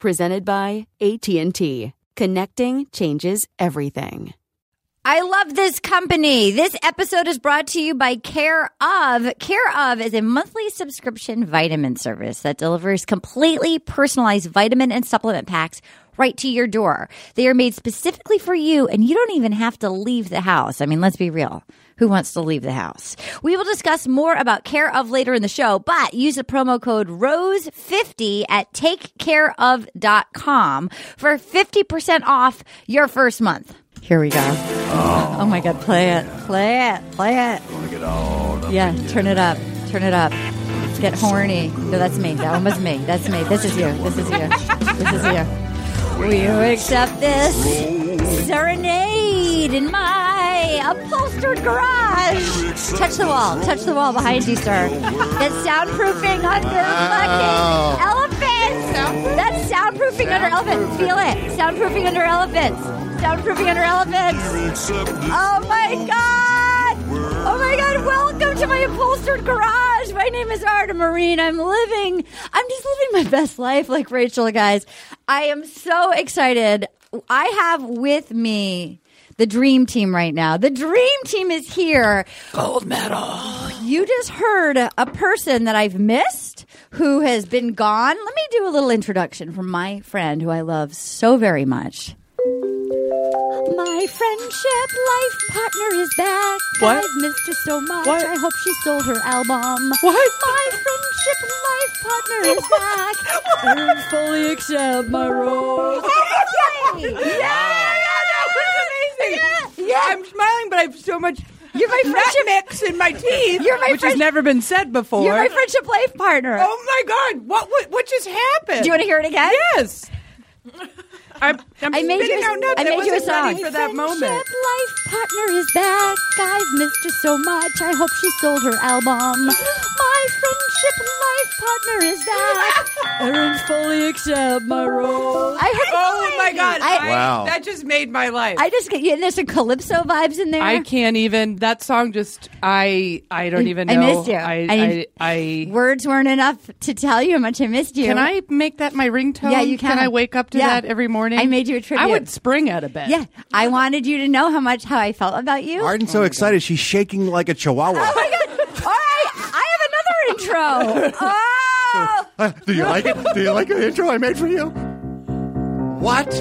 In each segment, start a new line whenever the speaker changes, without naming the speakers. presented by AT&T. Connecting changes everything.
I love this company. This episode is brought to you by Care of. Care of is a monthly subscription vitamin service that delivers completely personalized vitamin and supplement packs right to your door. They are made specifically for you, and you don't even have to leave the house. I mean, let's be real. Who wants to leave the house? We will discuss more about Care of later in the show, but use the promo code ROSE50 at takecareof.com for 50% off your first month. Here we go. Oh, my God. Play it. Play it. Play it. Yeah, turn it up. Turn it up. Get horny. No, that's me. That one was me. That's me. This is you. This is you. This is you. Will you accept this serenade in my upholstered garage? Touch the wall. Touch the wall behind you, sir. That's soundproofing under fucking elephants. That's soundproofing under elephants. Feel it. Soundproofing under elephants. Soundproofing under elephants. Oh my god! Oh my god, welcome to my upholstered garage. My name is Arda Marine. I'm living I'm just living my best life like Rachel, guys. I am so excited. I have with me the dream team right now. The dream team is here. Gold medal. You just heard a person that I've missed who has been gone. Let me do a little introduction from my friend who I love so very much. My friendship life partner is back.
What?
I've missed her so much.
What?
I hope she sold her album.
What?
My friendship life partner is back. and fully accept my role.
Yeah, that was amazing.
Yeah.
Yeah, I'm smiling, but I have so much. You're my friendship mix in my teeth.
You're my
which
friendship-
has never been said before.
You're my friendship life partner.
Oh my god! What, what what just happened?
Do you want to hear it again?
Yes. I'm, I'm
I made you.
spitting
A,
out nuts.
I made you a
wasn't
song.
ready for that moment.
Friendship life partner is back. I've missed her so much. I hope she sold her album. My friendship life partner is back. and fully accept my role. I heard.
Oh my god!
I,
I- That just made my life.
I just get yeah, there's some calypso vibes in there.
I can't even. That song just. I I don't even know.
I missed you.
I
I-
I. I-
Words weren't enough to tell you how much I missed you.
can I make that my ringtone?
Yeah, you can.
I wake up to
Yeah.
that every morning?
I made you a
I
tribute.
would spring out of bed.
Yeah, I wanted you to know how much how I felt about you.
Arden's so excited, she's shaking like a chihuanwa.
Oh my god! All right, I have another intro. Oh,
Do you like it? Do you like the intro I made for you? What?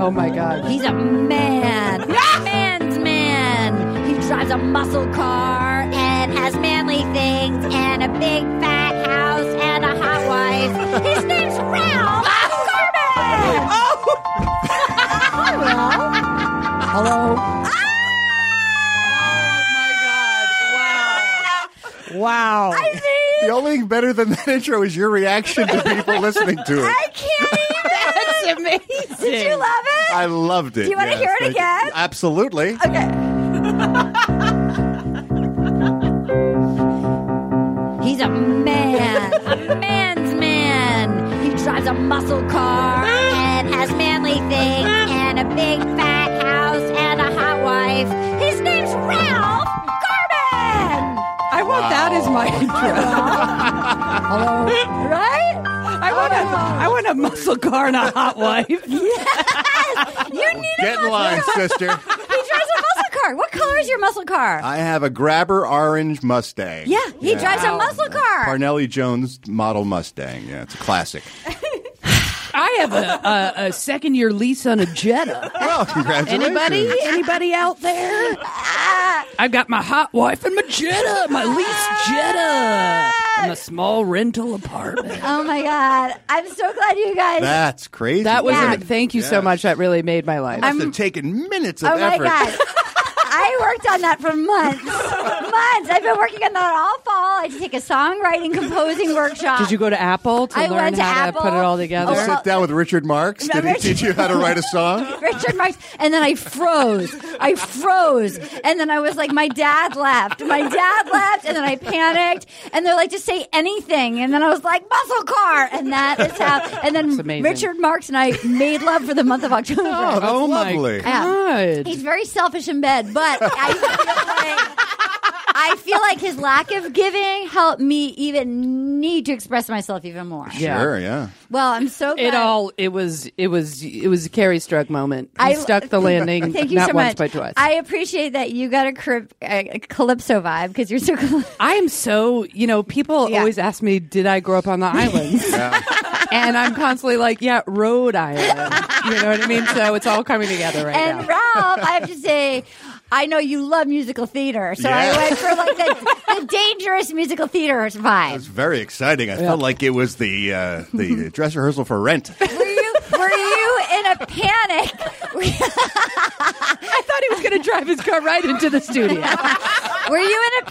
Oh my god.
he's a man, a man's man. He drives a muscle car and has manly things and a big fat house and a hot wife. His name's Ralph Garman. Hello.
Wow.
I mean,
The only thing better than that intro is your reaction to people listening to it.
I can't even.
That's amazing.
Did you love it?
I loved it.
Do you wanna
Yes,
hear it
thank you.
again?
Absolutely.
Okay. He's a man, a man's man. He drives a muscle car and has manly things and a big fat house and a hot wife. His name's Ralph Garman.
I want that as my intro.
Right?
I want a, I want a muscle car and a hot wife.
You need
Get in line, sister.
He drives a muscle car. What color is your muscle car?
I have a grabber orange Mustang.
yeah, he drives a muscle car.
Parnelli Jones model Mustang. Yeah, it's a classic.
I have a, a, a second year lease on a Jetta.
Well, congratulations.
Anybody? Anybody out there? I've got my hot wife and my Jetta, my
Ah!
lease Jetta, and a small rental apartment.
Oh my god! I'm so glad you guys.
That's crazy.
That was.
Yeah.
am- Thank you so
Yes.
much. That really made my life.
Must have taken minutes of
oh my
effort.
god! I worked on that for months. months. I've been working on that all fall. I had to take a songwriting composing workshop.
Did you go to Apple to
I
learn
went to
how
Apple.
to put it all
You
together?
Oh, well-
sit down with Richard Marx. Did he
Remember?
teach you how to write a song? Oh,
Richard Marx, and then I froze. I froze, and then I was like, "My dad left. My dad left," and then I panicked. And they're like, "Just say anything," and then I was like, "Muscle car," and that is how. And then
amazing.
Richard Marx and I made love for the month of October.
Oh
lovely.
my god!
He's very selfish in bed, but I feel like I feel like his lack of giving helped me even need to express myself even more.
Yeah.
Sure, yeah.
Well, I'm so glad.
It all it was it was it was a Carrie Strug moment. He
I-
stuck the landing
Thank you
not
so
once
much.
but twice.
I appreciate that you got a, cryp- a calypso vibe because you're so. Cal-
I am so you know people
Yeah.
always ask me did I grow up on the islands and I'm constantly like yeah Rhode Island you know what I mean so it's all coming together right
and
now.
Ralph, I have to say, I know you love musical theater, so
Yeah.
I went for like the, the dangerous musical theater vibe.
It's very exciting. I felt like it was the uh, the dress rehearsal for Rent.
Were you were you in a panic? Were you-
I thought he was going to drive his car right into the studio.
Were you in a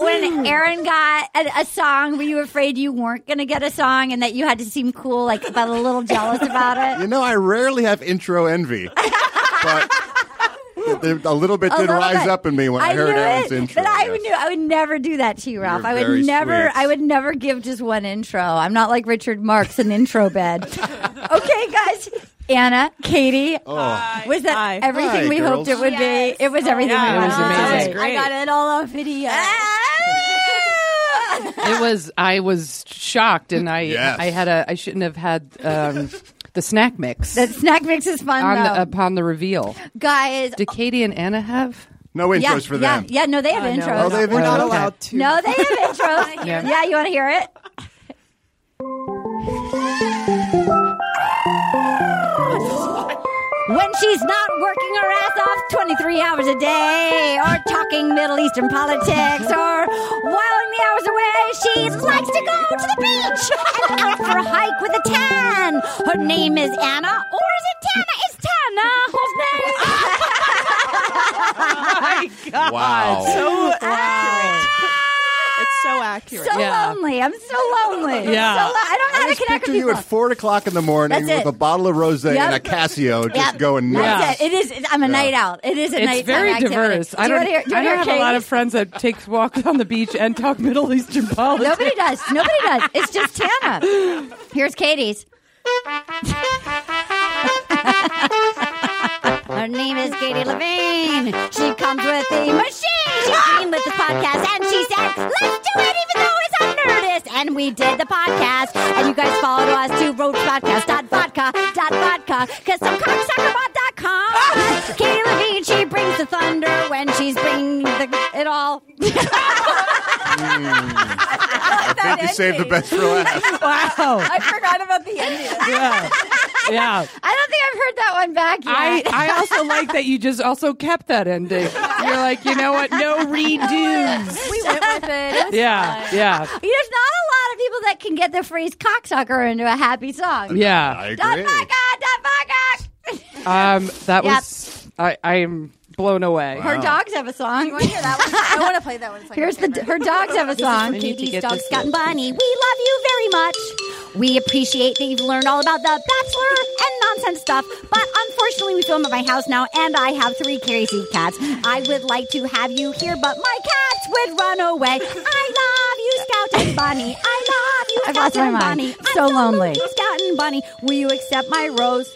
when Aaron got a, a song? Were you afraid you weren't going to get a song and that you had to seem cool, like but a little jealous about
You
it?
know, I rarely have intro envy, but a little bit
A
did
little
rise
bit.
up in me when I, heard
knew
Aaron's
it,
intro.
but I
yes.
knew I would never do that to you, Ralph. I
very
would never,
sweet.
I would never give just one intro. I'm not like Richard Marks in intro bed. okay, guys, Anna, Katie, was that
Hi.
everything
Oh. Hi,
we hoped it
girls.
would be? It was everything.
Oh, yeah.
we
It was
wanted to be.
amazing.
I got it all on video.
It was I was shocked and I
Yes.
I had a I shouldn't have had um, the snack mix
that snack mix is fun
on the,
though,
upon the reveal.
guys.
Did Katie and Anna have?
No intros
yeah,
for
yeah,
them.
Yeah, no, they have intros.
Oh, they have
We're
intros.
not allowed
About two.
No, they have intros.
Yeah.
yeah. you want to hear it? When she's not working her ass off 23 hours a day, or talking Middle Eastern politics, or whiling the hours away, she likes to go to the beach and out for a hike with a tan. Her name is Anna, or is it Tana? It's Tana. Whose name?
Wow.
So accurate. It's so accurate.
so
Yeah.
lonely. I'm so lonely.
Yeah.
So lo- I don't know how to
Just
connect
picture
with
you
people.
at four o'clock in the morning
That's
with
it.
a bottle of rosé
Yep.
and a Casio, just
Yep.
going nuts.
That's it. It is. it- I'm a night out. It is a night.
It's very diverse. I don't, I don't have a lot of friends that takes walks on the beach and talk Middle Eastern politics.
Nobody does. Nobody does. It's just Tana. Here's Katie's. Her name is Katie Levine. She comes with the machine. She came with the podcast and she said, let's do it even though it's on Nerdist. And we did the podcast. And you guys followed us to roachpodcast.vodka.vodka because some cocksuckerbot.com. Katie Levine, she brings the thunder when she's bringing the, it all.
I think you saved the best for last.
Wow.
I forgot about the ending.
Yeah. yeah.
I don't think I've heard that one back yet.
I, I also like that you just also kept that ending. You're like, you know what? No redos.
we went with it.
Yeah. Yeah.
There's not a lot of people that can get the phrase cocksucker into a happy song.
I
Yeah.
Dot
agree.
vodka, dot vodka.
Um,
Yep.
that was, I, I am blown away.
Her dogs have a song.
I want to play that one. It's like
Here's the her dogs have a song.
I need to
Katie's
get
dog
this
Scott and Bunny. We love you very much. We appreciate that you've learned all about the Bachelor and nonsense stuff, but unfortunately, we film at my house now, and I have three Carrie Seed cats. I would like to have you here, but my cats would run away. I love you, Scout and Bunny. I love you, Scout and Bunny. I'm so lonely, Scout and and Bunny, will you accept my rose?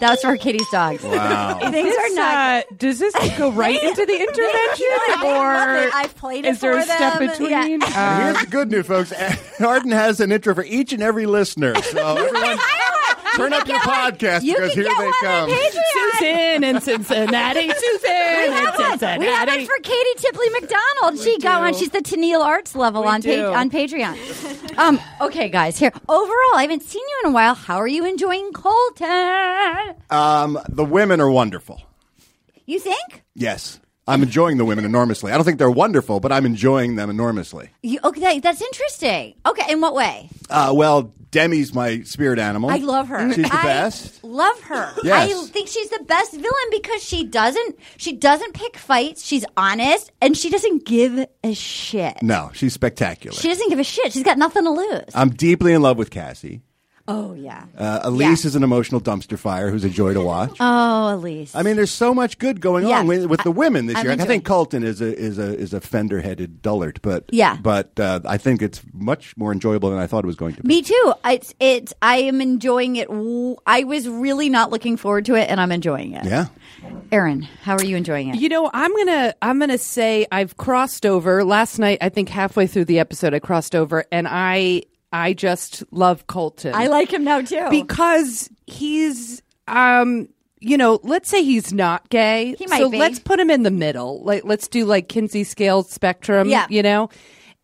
That was for Kitty's dogs.
Wow.
Things are not.
Uh, does this go right into the
I
intervention,
love
or
it. I've played it
is there a
for
step
them.
between?
Yeah.
Uh,
Here's the good news, folks. Arden has an intro for each and every listener. So everyone, turn up your podcast
You
because
can
here
get
they
one on
come.
Patreon.
Susan in Cincinnati. Susan
We
in
have, one.
Cincinnati.
we have one for Katie Tipley McDonald. She got one. She's the Tennille Arts level on pa-
do.
on Patreon. um, okay, guys. Here, overall, I haven't seen you in a while. How are you enjoying Colton?
Um, the women are wonderful.
You think?
Yes. I'm enjoying the women enormously. I don't think they're wonderful, but I'm enjoying them enormously.
You, okay, that's interesting. Okay, in what way?
Uh, well, Demi's my spirit animal.
I love her.
Oh. She's the
I
best.
Love her.
Yes.
I think she's the best villain because she doesn't she doesn't pick fights. She's honest and she doesn't give a shit.
No, she's spectacular.
She doesn't give a shit. She's got nothing to lose.
I'm deeply in love with Cassie.
oh yeah.
Uh, Elise
Yeah.
is an emotional dumpster fire who's a joy to watch.
Oh, Elise.
I mean, there's so much good going
Yeah.
on with, with the women this
I'm
year. I
enjoying-
think Colton is a is a is a fender headed dullard, but
Yeah.
but uh, I think it's much more enjoyable than I thought it was going to be.
Me too. It's it's. I am enjoying it. W- I was really not looking forward to it, and I'm enjoying it.
Yeah,
Erin, how are you enjoying it?
You know, I'm gonna I'm gonna say I've crossed over. Last night, I think halfway through the episode, I crossed over, and I I just love Colton.
I like him now too.
because he's um you know let's say he's not gay
He might
so
be.
let's put him in the middle like let's do like kinsey scale spectrum
Yeah.
you know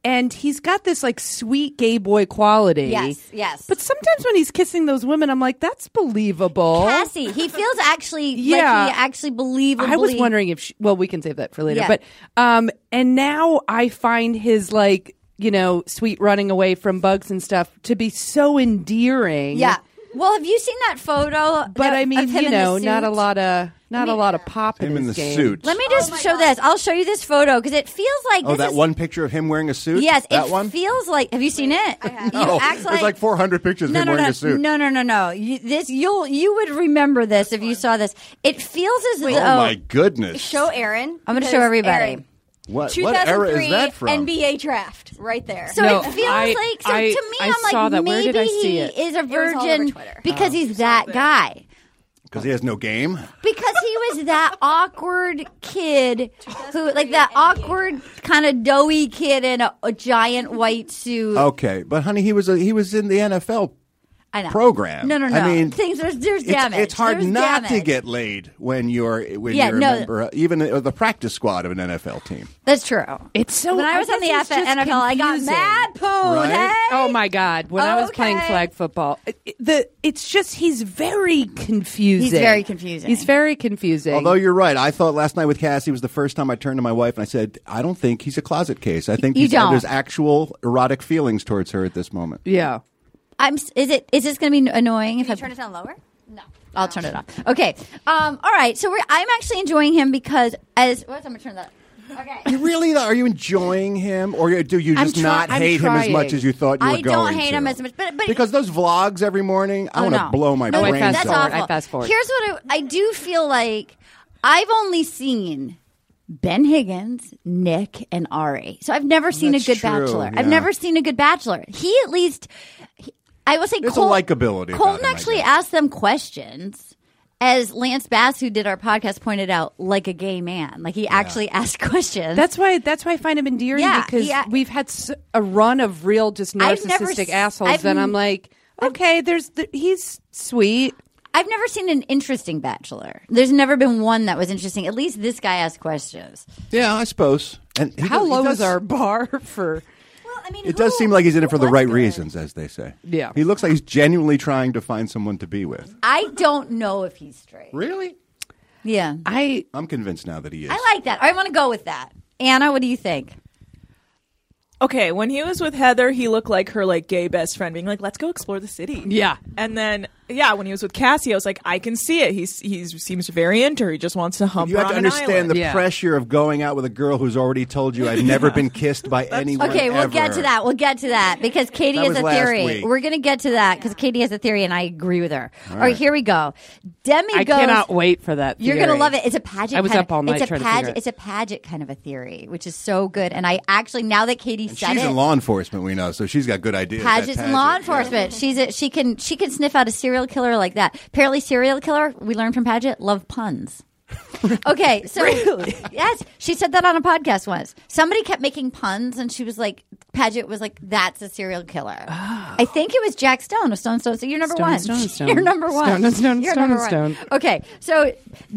and he's got this like sweet gay boy quality
Yes, yes.
but sometimes when he's kissing those women i'm like that's believable
Cassie, he feels actually.
Yeah.
like he actually believably.
I was wondering if she, well we can save that for later
Yeah.
but um and now I find his like you know sweet running away from bugs and stuff to be so endearing
Yeah. Well, have you seen that photo?
but
that-
I mean
of him
you
in the
know not a
suit?
lot of not a lot of pop
him
in
in the
this game.
suit.
Let me
Oh
just show this. I'll show you this photo because it feels like
oh,
this
that
is-
one picture of him wearing a suit.
Yes,
that
it
one.
feels like. Have you seen it? You
oh,
act
there's like 400 pictures of
no,
him
no,
wearing
no,
a suit.
No, no, no, no. You, this you'll you would remember this if you saw this. It feels as
oh,
though
my goodness!
Show Aaron.
I'm going to
because
show everybody.
Aaron,
what what era
2003
is that from?
NBA draft, right there.
So
No,
it feels
I-
like so
I-
to me,
I
am like
saw that.
maybe
Where did I see
he
it? Oh.
is a
was all over
virgin
Twitter.
because he's that guy.
Because he has no game.
Because he was that awkward kid who, like that awkward kind of doughy kid in a, a giant white suit.
Okay, but honey, he was a, he was in the NFL.
I know.
program.
No, no, no.
I mean,
things there's there's
It's,
damage.
it's hard
There's
not to
damage.
get laid when you're when
Yeah,
you're a
no.
member, uh, even of the practice squad of an NFL team.
That's true.
It's so.
when I was on the
guess
F-
it's just
NFL, I got
confusing.
mad poo.
Right?
Hey?
Oh my god! When I was playing
Okay.
flag football, it- it- the it's just he's very confusing.
He's very confusing.
He's very confusing.
Although you're right, I thought last night with Cassie was the first time I turned to my wife and I said, "I don't think he's a closet case. I think
You
he's-
don't.
there's actual erotic feelings towards her at this moment."
yeah,
I'm. s- Is it? Is this going to be annoying if I
Turn it down lower. No.
I'll turn it off. Okay. Um. All right. So we're, I'm actually enjoying him because as what? I'm gonna turn that. Up. Okay.
You really are you enjoying him, or do you
I'm
just
try-
not
I'm
hate him as
trying.
much as you thought you were
I
going?
don't hate
to?
him as much, but but
because those vlogs every morning, I
Oh,
want to
no.
blow my
No,
I
brains
fast
that's
out.
forward.
awful.
I fast forward.
Here's what I, I do feel like. I've only seen Ben Higgins, Nick, and Ari. So I've never seen
That's
a good
true,
Bachelor. I've
yeah.
never seen a good Bachelor. He at least, he- I will say,
There's a
Col-
likability about
Colton
him, I
actually
guess.
asked them questions. As Lance Bass, who did our podcast, pointed out, like a gay man, like he actually asked questions.
that's why that's why I find him endearing
Yeah,
because
yeah.
we've had s- a run of real just
I've never
narcissistic
s-
assholes,
I've
and
n-
I'm like, okay, there's the, he's sweet.
I've never seen an interesting Bachelor. There's never been one that was interesting. At least this guy asked questions.
Yeah, I suppose. And he
How
does- he
low
does-
is our bar for?
Well, I mean,
It does
who-
seem like he's in it for
who
the
was
right
good?
reasons, as they say.
Yeah.
he looks like he's genuinely trying to find someone to be with.
I don't know if he's straight.
Really?
Yeah.
I
I'm convinced now that he is.
I like that. I want to go with that. Anna, what do you think?
Okay, when he was with Heather, he looked like her like gay best friend, being like, "Let's go explore the city."
Yeah.
and then yeah, when he was with Cassie, I was like, I can see it. He's he seems very into. He just wants to hump.
You
her
have to
on an
understand
island.
the pressure of going out with a girl who's already told you I've never been kissed by anyone.
Okay, we'll get
ever."
to that. We'll get to that because Katie
That
has
was
a
last
theory.
week.
We're going to get to that because Katie has a theory, and I agree with her. All
All
right,
right.
here we go. Demi
I
goes.
cannot wait for that.
You're gonna
theory.
love it. It's a pageant.
I was
kind
up all
of,
night
It's a
trying to
pageant.
figure it.
It's a pageant kind of a theory, which is so good. And I actually now that Katie said
She's
it,
in law enforcement, we know, so she's got good ideas. That
pageants and law enforcement. She's a, she can she can sniff out a serial killer like that. Apparently, serial killer. We learned from pageant love puns. okay, so yes, she said that on a podcast once. Somebody kept making puns, and she was like, "Paget was like, that's a serial killer." I think it was Jack Stone of Stone Stone. So you're number
Ah. Stone,
one.
Stone, Stone.
You're number one.
Stone, Stone,
You're
Stone,
number one.
Stone.
Okay, so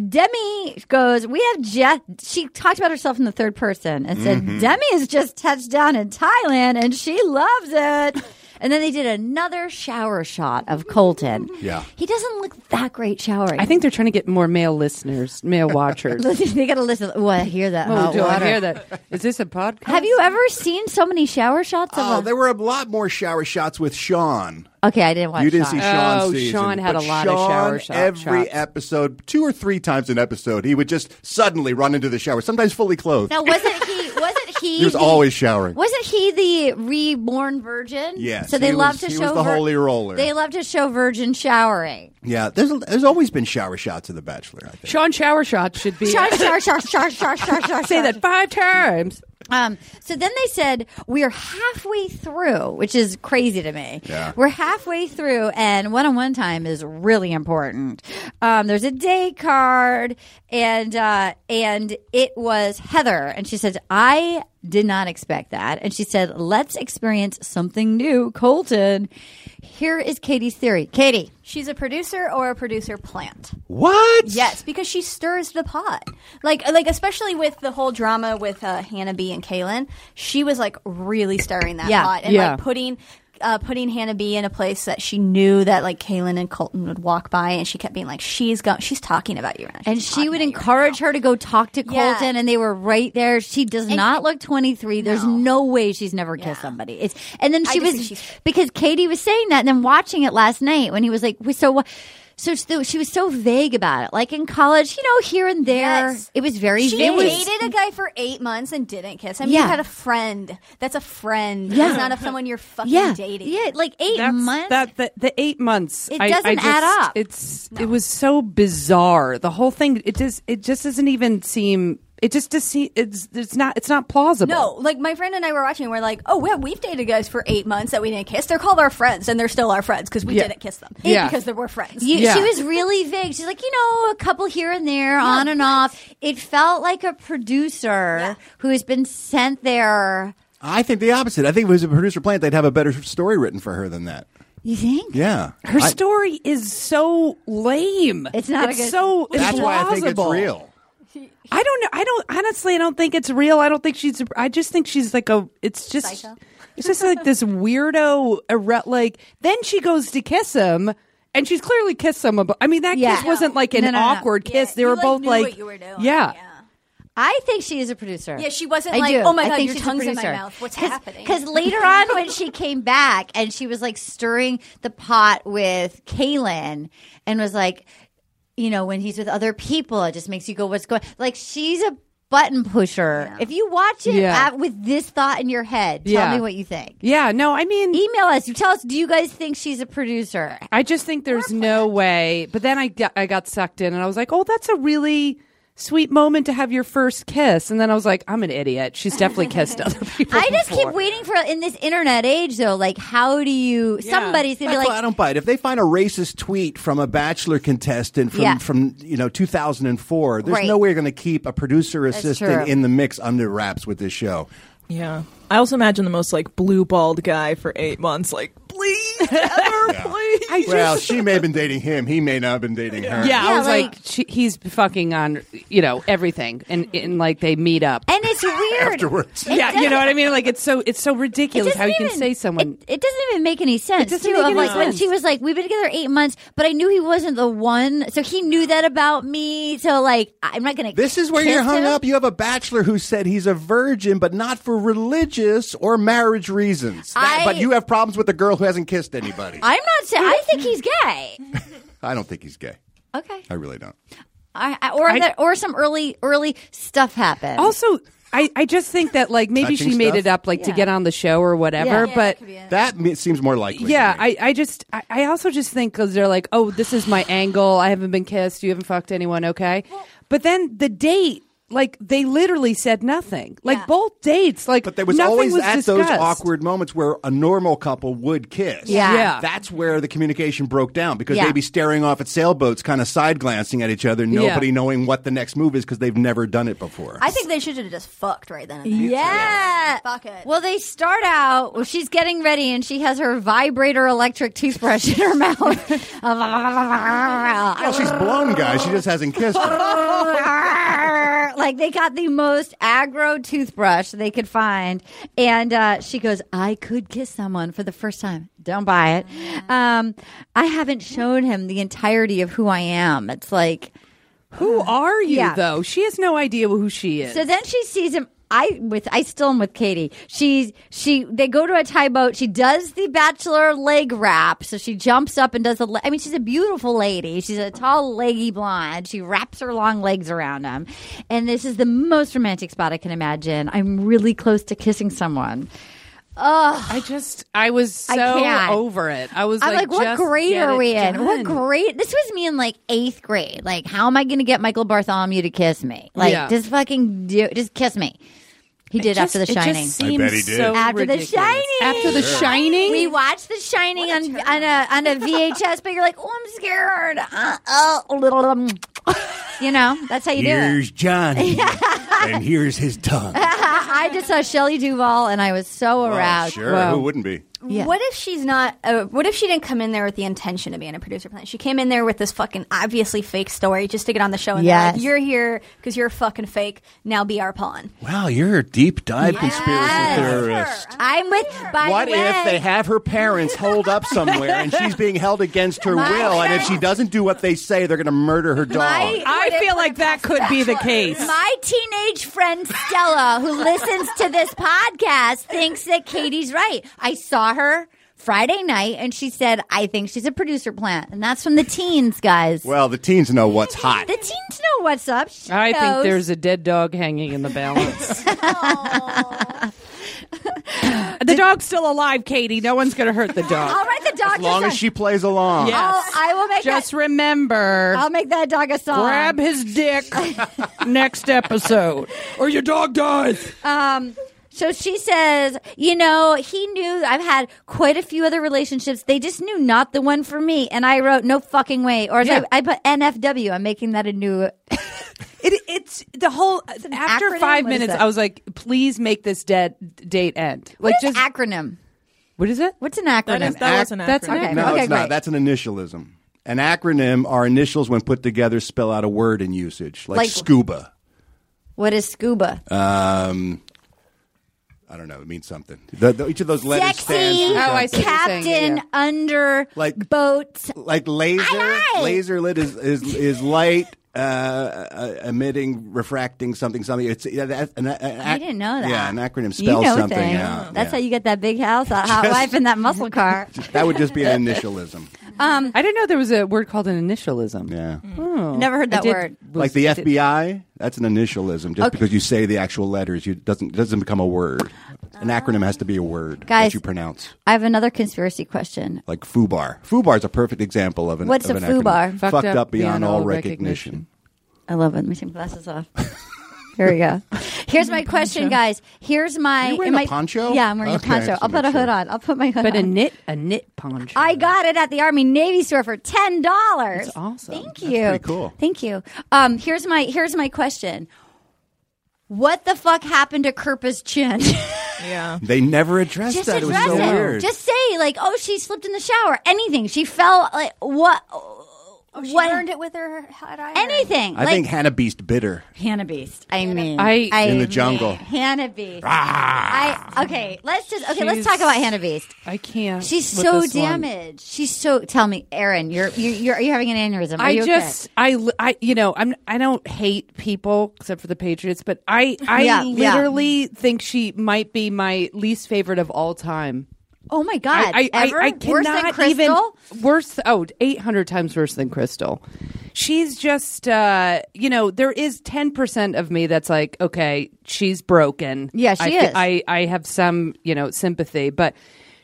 Demi goes. We have Jeff. She talked about herself in the third person and said,
Mm-hmm.
Mhm.
"Demi has just touched down in Thailand, and she loves it." And then they did another shower shot of Colton.
Yeah.
He doesn't look that great showering.
I think they're trying to get more male listeners, male watchers.
they got to listen. Oh, I hear that.
Oh,
hot
do I
water.
hear that? Is this a podcast?
Have you ever seen so many shower shots? Of
Oh,
a-
there were a lot more shower shots with Sean.
okay, I didn't watch.
you didn't
Sean.
see Sean's
Oh,
season,
Sean had
but
a lot of
Sean,
shower shot-
Every
shots.
episode, two or three times an episode, he would just suddenly run into the shower, sometimes fully clothed.
Now wasn't he? Wasn't he?
He was
the-
always showering.
Wasn't he the reborn virgin?
Yes,
So they
he
love
was-
to
he
show
was the
vir-
holy roller.
They love to show virgin showering.
yeah, there's there's always been shower shots of The Bachelor. I think.
Sean Shower Shot should be.
Shar, shar, shar, shar, shar, shar, shar,
Say that five times.
Um, so then they said we are halfway through, which is crazy to me.
Yeah.
We're halfway through, and one-on-one time is really important. Um, there's a day card, and uh, and it was Heather, and she said I did not expect that, and she said let's experience something new, Colton. Here is Katie's theory, Katie.
She's a producer or a producer plant.
What?
Yes, because she stirs the pot. Like, like especially with the whole drama with uh, Hannah B and Kaylin, she was like really stirring that
Yeah.
pot and
Yeah.
like putting. Uh, putting Hannah B in a place that she knew that like Kaylin and Colton would walk by, and she kept being like, "She's go, she's talking about you." Right now.
And she would encourage her to go talk to
Yeah.
Colton, and they were right there. She does not look 23. There's no way she's never kissed somebody. It's and then
I
she
just think
was
she's-
because Katie was saying that, and then watching it last night when he was like, "We- "So what?" So she- she was so vague about it, like in college, you know, here and there. It was very
she
vague.
dated a guy for eight months and didn't kiss him.
Yeah.
You had a friend. That's a friend.
Yeah.
That's not a, someone you're fucking
Yeah.
dating.
Yeah, like eight
That's-
months.
That the, the eight months.
It
I- I
doesn't add
just-
up.
It's it was so bizarre. The whole thing. It just it just doesn't even seem. It just does see. It's it's not it's not plausible.
No, like my friend and I were watching. We're like, oh, well, we've dated guys for eight months that we didn't kiss. They're called our friends, and they're still our friends because we
Yeah.
didn't kiss them.
Yeah.
because they were friends.
You, She was really vague. She's like, you know, a couple here and there, on and off. It felt like a producer who has been sent there.
I think the opposite. I think if it was a producer plant, they'd have a better story written for her than that.
You think?
Yeah.
Her
I-
story is so lame. It's
not a
It's
good-
so
That's why I think it's
implausible.
real.
I don't know. I don't honestly. I don't think it's real. I don't think she's. I just think she's like a. It's just. It's just like this weirdo. irre- Like then she goes to kiss him, and she's clearly kissed someone. But I mean, that
Yeah.
kiss wasn't like an
No, no, no.
awkward kiss. they
you,
were
like,
both
knew
like.
what you were doing.
Yeah.
I think she is a producer.
Yeah, she wasn't
I
like,
do.
oh my
I
God,
think
your
she's a
tongue's in my
producer.
mouth. What's happening?
Because later on, when she came back and she was like stirring the pot with Kaylin and was like, you know, when he's with other people, it just makes you go, what's going Like, she's a button pusher. If you watch it
Yeah.
at, with this thought in your head, tell
Yeah.
me what you think.
Yeah. No. I mean.
Email us. You tell us, do you guys think she's a producer?
I just think there's no way. But then I got, I got sucked in, and I was like, oh, that's a really sweet moment to have your first kiss. And then I was like, I'm an idiot. She's definitely kissed other people.
I just
before.
keep waiting for in this internet age though. Like, how do you? Somebody's gonna be
That's
like,
why I don't buy it. If they find a racist tweet from a Bachelor contestant from,
Yeah.
from you know 2004, there's
Right.
no way you're going to keep a producer
That's
assistant
true.
in the mix under wraps with this show.
Yeah. I also imagine the most like blue balled guy for eight months, like please, ever, please.
well, she may have been dating him. He may not have been dating her.
Yeah, I was like, she, he's fucking on, you know, everything, and and like they meet up
and it's weird.
afterwards.
It
yeah, you know
doesn't-
what I mean. Like it's so it's so ridiculous
doesn't
how you can
even-
say someone.
It doesn't even make any sense.
doesn't
too,
make
of
any
like when
sense.
she was like, "We've been together eight months, but I knew he wasn't the one, so he knew that about me. So like, I'm not gonna."
This is where
kiss
you're hung
him.
up. You have a bachelor who said he's a virgin, but not for religion. religious or marriage reasons. That-
I-
but you have problems with a girl who hasn't kissed anybody.
I'm not saying I think he's gay.
I don't think he's gay.
Okay.
I really don't.
I, I, or
I- Oh,
that, or some early early stuff happened.
Also, I, I just think that like maybe
Touching
she made
stuff?
it up like to
Yeah.
get on the show or whatever.
Yeah.
but
That me- seems more likely.
yeah, I, I just I, I also just think because they're like, oh, this is my angle. I haven't been kissed. You haven't fucked anyone. Okay, but then the date. Like they literally said nothing. Like both dates, like but
There was
nothing
always
was
at
discussed.
those awkward moments where a normal couple would kiss.
Yeah. Yeah.
That's where the communication broke down because
Yeah.
they'd be staring off at sailboats, kind of side glancing at each other,
Yeah.
nobody knowing what the next move is because they've never done it before.
I think they should have just fucked right then. And there.
Yeah.
Fuck it. Well, they start out. Well, she's getting ready, and she has her vibrator electric toothbrush in her mouth.
well, she's blown, guys. She just hasn't kissed. him.
like they got the most aggro toothbrush they could find, and uh, she goes, "I could kiss someone for the first time. Don't buy it. Um, I haven't shown him the entirety of who I am. It's like,
who are
you
though? She has no idea who she is.
So then she sees him. I with I still am with Katie. She's she. They go to a Thai boat. She does the bachelor leg wrap. So she jumps up and does the. le- I mean, she's a beautiful lady. She's a tall, leggy blonde. She wraps her long legs around him, and this is the most romantic spot I can imagine. I'm really close to kissing someone. Ugh.
I just I was so
I can't.
over it. I was
I'm
like,
like, what
just
grade
get
are
it
we in?
done.
What grade? This was me in like eighth grade. Like, how am I going to get Michael Bartholomew to kiss me? Like,
Yeah.
just fucking do, just kiss me. He did after The
just- it just
Shining.
I bet he seems did. so
after
ridiculous.
The Shining.
After The Sure. Shining?
we watched The Shining on on a on a VHS. but you're like, oh, I'm scared. Uh, oh, little, um, you know, that's how you do it.
Johnny, and here's his tongue.
I just saw Shelley Duvall, and I was so
Well,
aroused.
Oh, sure, who wouldn't be?
What if she's not? Uh, what if she didn't come in there with the intention of being a producer plant? She came in there with this fucking obviously fake story just to get on the show. And they're
Yes.
like, you're here because you're fucking fake. Now be our pawn.
Wow, you're a deep dive conspiracy theorist.
I'm with. By
What
the way,
if they have her parents holed up somewhere and she's being held against her
My
will? And if she doesn't do what they say, they're going to murder her dog.
I feel like that could be the case.
My teenage friend Stella, who listens to this podcast, thinks that Katie's right. I saw her Friday night and she said, I think she's a producer plant. And that's from the teens, guys.
well, the teens know what's hot.
The teens know what's up. She
I think
knows.
there's a dead dog hanging in the balance. the dog's still alive, Katie. No one's going to hurt the dog.
I'll write the dog.
As long as she plays along.
Yes.
I will make
Just remember.
I'll make that dog a song.
Grab his dick next episode, or your dog dies.
Um, so she says, you know, he knew I've had quite a few other relationships. They just knew not the one for me. And I wrote, no fucking way. Or as I-
Yeah.
I, put NFW. I'm making that a new.
It, it's the whole. after
acronym?
five
What is
minutes,
that?
I was like, "Please make this dead date end." Like,
What is acronym?
what is it?
What's an acronym?
is- that was an That's acronym.
okay.
No,
okay,
it's not.
great.
That's an initialism. An acronym are initials when put together spell out a word in usage, like,
Like-
scuba.
What is scuba?
Um, I don't know. It means something. The, the, each of those letters stands
Sexy.
Oh,
Oh,
for something.
Captain under
Like-
boat.
like laser.
Aye, aye.
Laser lit is is is light uh, uh, emitting, refracting something something. It's yeah, that, an, an,
I didn't know that.
Yeah, an acronym
You
spells
know
something
things.
out. Yeah.
That's how you get that big house, that hot wife, and that muscle car.
that would just be an initialism.
Um,
I didn't know there was a word called an initialism.
Yeah.
Mm.
Oh.
Never heard
I
that
did-
word.
was-
Like the
I did-
FBI, that's an initialism. Just
Okay.
because you say the actual letters, you doesn't doesn't become a word. An acronym has to be a word
Guys.
that you pronounce.
I have another conspiracy question.
Like FUBAR. FUBAR is a perfect example of an
What's
of
a
an
FUBAR?
Acronym. Fucked, up, beyond, all recognition.
I love it. Let me take my glasses off. Here we go. Here's my question, guys. Here's my.
you wearing
am
a
I-
poncho?
Yeah, I'm wearing
Okay,
a poncho.
just to
I'll put
make
a hood
sure.
on. I'll put my hood
But
on.
a knit, a knit poncho.
I got it at the Army Navy store for ten dollars.
That's awesome.
Thank
That's
you.
pretty cool.
Thank you. Um, here's my here's my question. What the fuck happened to Kerpa's chin?
Yeah.
They never addressed
Just
that. It was
address
so
it.
weird.
Just say like, oh, she slipped in the shower. Anything. She fell. Like what?
she burned it with her hot iron.
Anything.
I
like
think Hannah Beast bitter.
Hannah Beast. I mean,
I-
I
In the
mean,
jungle.
Hannah Beast.
Ah.
I okay. Let's just okay.
She's-
let's talk about Hannah Beast.
I can't.
She's
with
so
this one.
damaged. She's so. Tell me, Aaron, you're you, you're are you having an aneurysm? Are
I
you okay?
just I li- I you know I'm I don't hate people except for the Patriots, but I I
Yeah, yeah.
literally think she might be my least favorite of all time.
Oh my god!
I, I,
ever?
I
Worse than
cannot
Crystal?
even worse. Oh, 800 times worse than Crystal. She's just, uh, you know, there is 10% of me that's like, okay, she's broken.
Yeah, she
I,
is.
I, I have some, you know, sympathy, but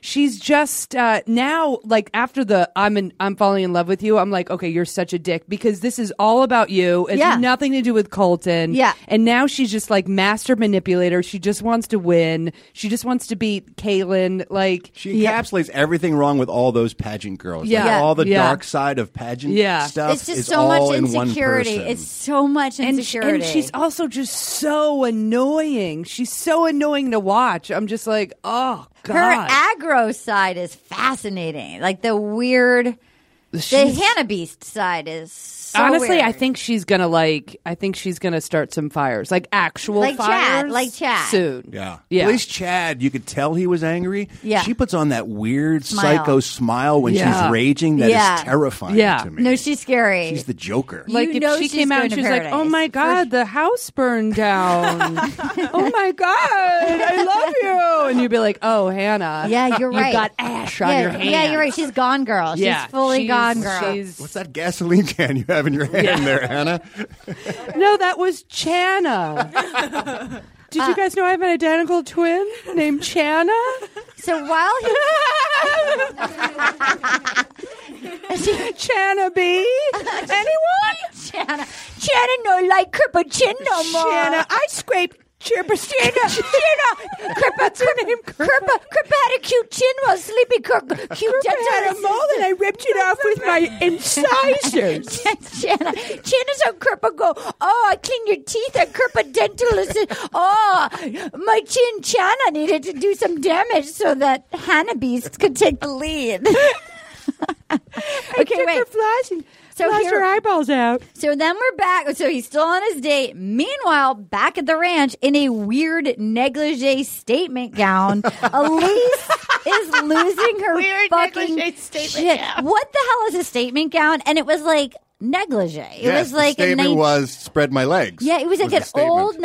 she's just, uh, now, like after the, I'm in, I'm falling in love with you. I'm like, okay, you're such a dick because this is all about you. It's
Yeah.
nothing to do with Colton.
Yeah.
And now she's just like master manipulator. She just wants to win. She just wants to beat Kaylin. Like
She encapsulates everything wrong with all those pageant girls. Like,
Yeah. Yeah.
all the
Yeah.
dark side of pageant
Yeah.
stuff
it's just
is
so
all
much
in one
insecurity.
person.
It's so much
and, sh-
insecurity.
and she's oh also just so annoying. She's so annoying to watch. I'm just like, oh god.
her aggro side is fascinating. Like the weird,
She's-
the Hannah Beast side is so
Honestly,
weird.
I think she's gonna like. I think she's gonna start some fires, like actual
Like
fires,
Chad, like Chad.
soon.
Yeah.
Yeah.
At least Chad, you could tell he was angry.
Yeah.
She puts on that weird
Smile.
psycho smile when
Yeah.
she's raging That is
Yeah.
terrifying
Yeah.
to me.
no, she's scary.
She's the Joker.
You
Like if
know
she
she's
came out
going
and
to
she was like, "Oh
paradise.
my god, the house burned down! oh my god, I love you!" and you'd be like, "Oh, Hannah,
Yeah, you're right.
You got ash on
yeah,
your hand.
Yeah, you're right. She's gone, girl.
Yeah,
she's fully
she's-
gone, girl.
she's-
What's that gasoline can you have in your hand there, Hannah?
No, that was Channa. Did you guys know I have an identical twin named Channa?
So while he
Channa B.
anyone, Shanna,
Shanna no like cripple chin no more.
Shanna, I scraped Chipper
Shanna, Shanna, cripple her name, cripple, cripple had a cute chin while Sleepy Cook cute
had a mole and I ripped it off with my incisors.
Shanna, Shanna's on cripple go. Oh, I clean your teeth at cripple dentalist. Oh, my chin, Shanna needed to do some damage so that Hannah Beast could take the lead.
okay, wait.
flies and
So
blast
here-
eyeballs out.
So then we're back. So he's still on his date. Meanwhile, back at the ranch in a weird negligee statement gown, Elise is losing her
Weird
fucking
negligee statement
shit.
gown.
What the hell is a statement gown? And it was like negligee. It
yes,
was like
the
a
statement
nineteen.
was spread my legs.
yeah, it was like
the
an
statement.
old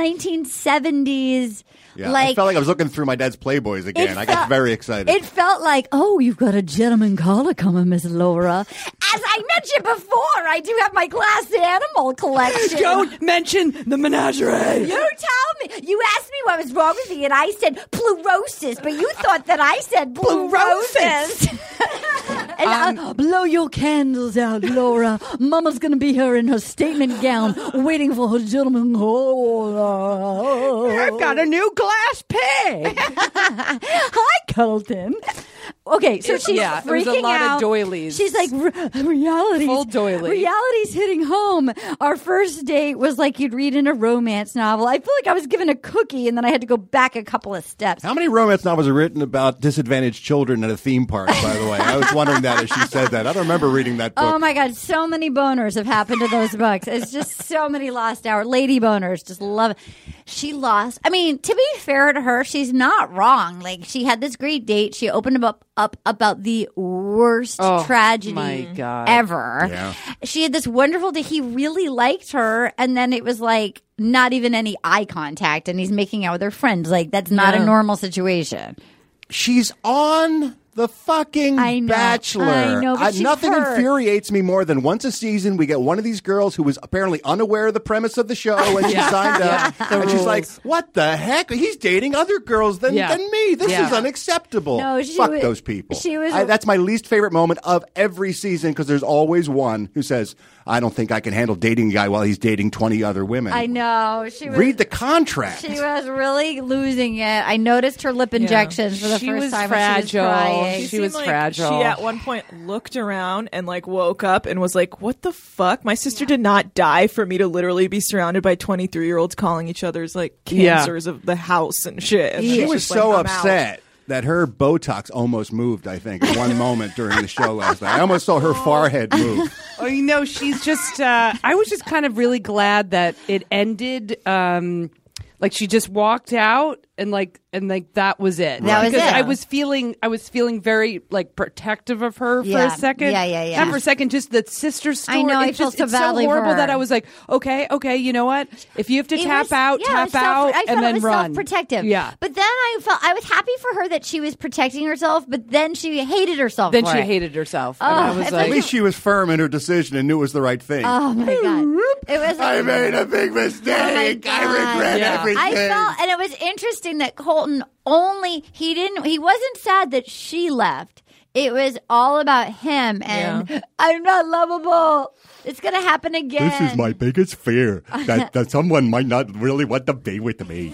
1970s.
Yeah, I
like
felt like I was looking through my dad's Playboys again. I got
felt-
very excited.
It felt like, oh, you've got a gentleman caller coming, Miss Laura.
As I mentioned before, I do have my glass animal collection.
Don't mention the menagerie.
You tell me. You asked me what was wrong with me, and I said pleurosis, but you thought that I said blue roses. Um,
And uh, blow your candles out, Laura. Mama's gonna be here in her statement gown, waiting for her gentleman Oh, caller.
I've got a new glass pig.
Hi, Colton. Okay, so
It's-
she's
yeah,
freaking
there was a lot of
out.
doilies.
She's like, "Re- reality's
Full doily.
Reality's hitting home. Our first date was like you'd read in a romance novel. I feel like I was given a cookie and then I had to go back a couple of steps.
How many romance novels are written about disadvantaged children at a theme park, by the way? I was wondering that as she said that. I don't remember reading that book.
Oh my God, so many boners have happened to those books. It's just so many lost hour. Lady boners, just love it. She lost. I mean, to be fair to her, she's not wrong. Like, she had this great date. She opened up, up about the worst
Oh,
tragedy
my God.
ever.
Yeah.
She had this wonderful day. He really liked her. And then it was like, not even any eye contact, and he's making out with her friends. Like, that's not a normal situation.
She's on the fucking
I know.
Bachelor.
I know, but she's
nothing
hurt.
infuriates me more than once a season we get one of these girls who was apparently unaware of the premise of the show when she signed up,
the
and she's like,
rules.
"What the heck? He's dating other girls than,
Yeah.
than me. This
Yeah.
is unacceptable."
No, she
Fuck
wa-
those people.
she was-
I, that's my least favorite moment of every season because there's always one who says, "I don't think I can handle dating a guy while he's dating twenty other women."
I know. She was,
Read the contract.
She was really losing it. I noticed her lip injections for the
She
first
was
time
fragile.
when she was crying.
She
seemed
was
like
fragile.
She at one point looked around and like woke up and was like, "What the fuck? My sister did not die for me to literally be surrounded by twenty three year olds calling each other's like
Yeah.
cancers of the house and shit." And
She
it's
was
just like,
so
I'm out.
upset. that her Botox almost moved. I think at one moment during the show last night, I almost saw her forehead move.
Oh, you know, she's just. Uh, I was just kind of really glad that it ended. Um, like she just walked out and like and like that was it.
That was
Because
it.
I was feeling I was feeling very like protective of her
Yeah.
for a second.
Yeah, yeah, yeah.
Not for a second, just the sister story.
I know, I
It's
feel
just,
so
it's
badly
so
for
horrible
her.
that I was like, okay, okay, you know what? If you have to
It
tap
was-
out,
yeah, it
tap
was self-
out,
I felt
and then
it was
run.
self-protective.
Yeah.
But then I felt I was happy for her that she was protecting herself, but then she hated herself.
Then
for
she
it.
hated herself.
Oh,
and I was
it's
like,
At least she was firm in her decision and knew it was the right thing.
Oh my god! It was.
I made a big mistake. I regret
Yeah.
everything.
Oh, I felt, and it was interesting that Colton only he didn't he wasn't sad that she left. It was all about him, and I'm not lovable. It's gonna happen again.
This is my biggest fear that, that someone might not really want to be with me.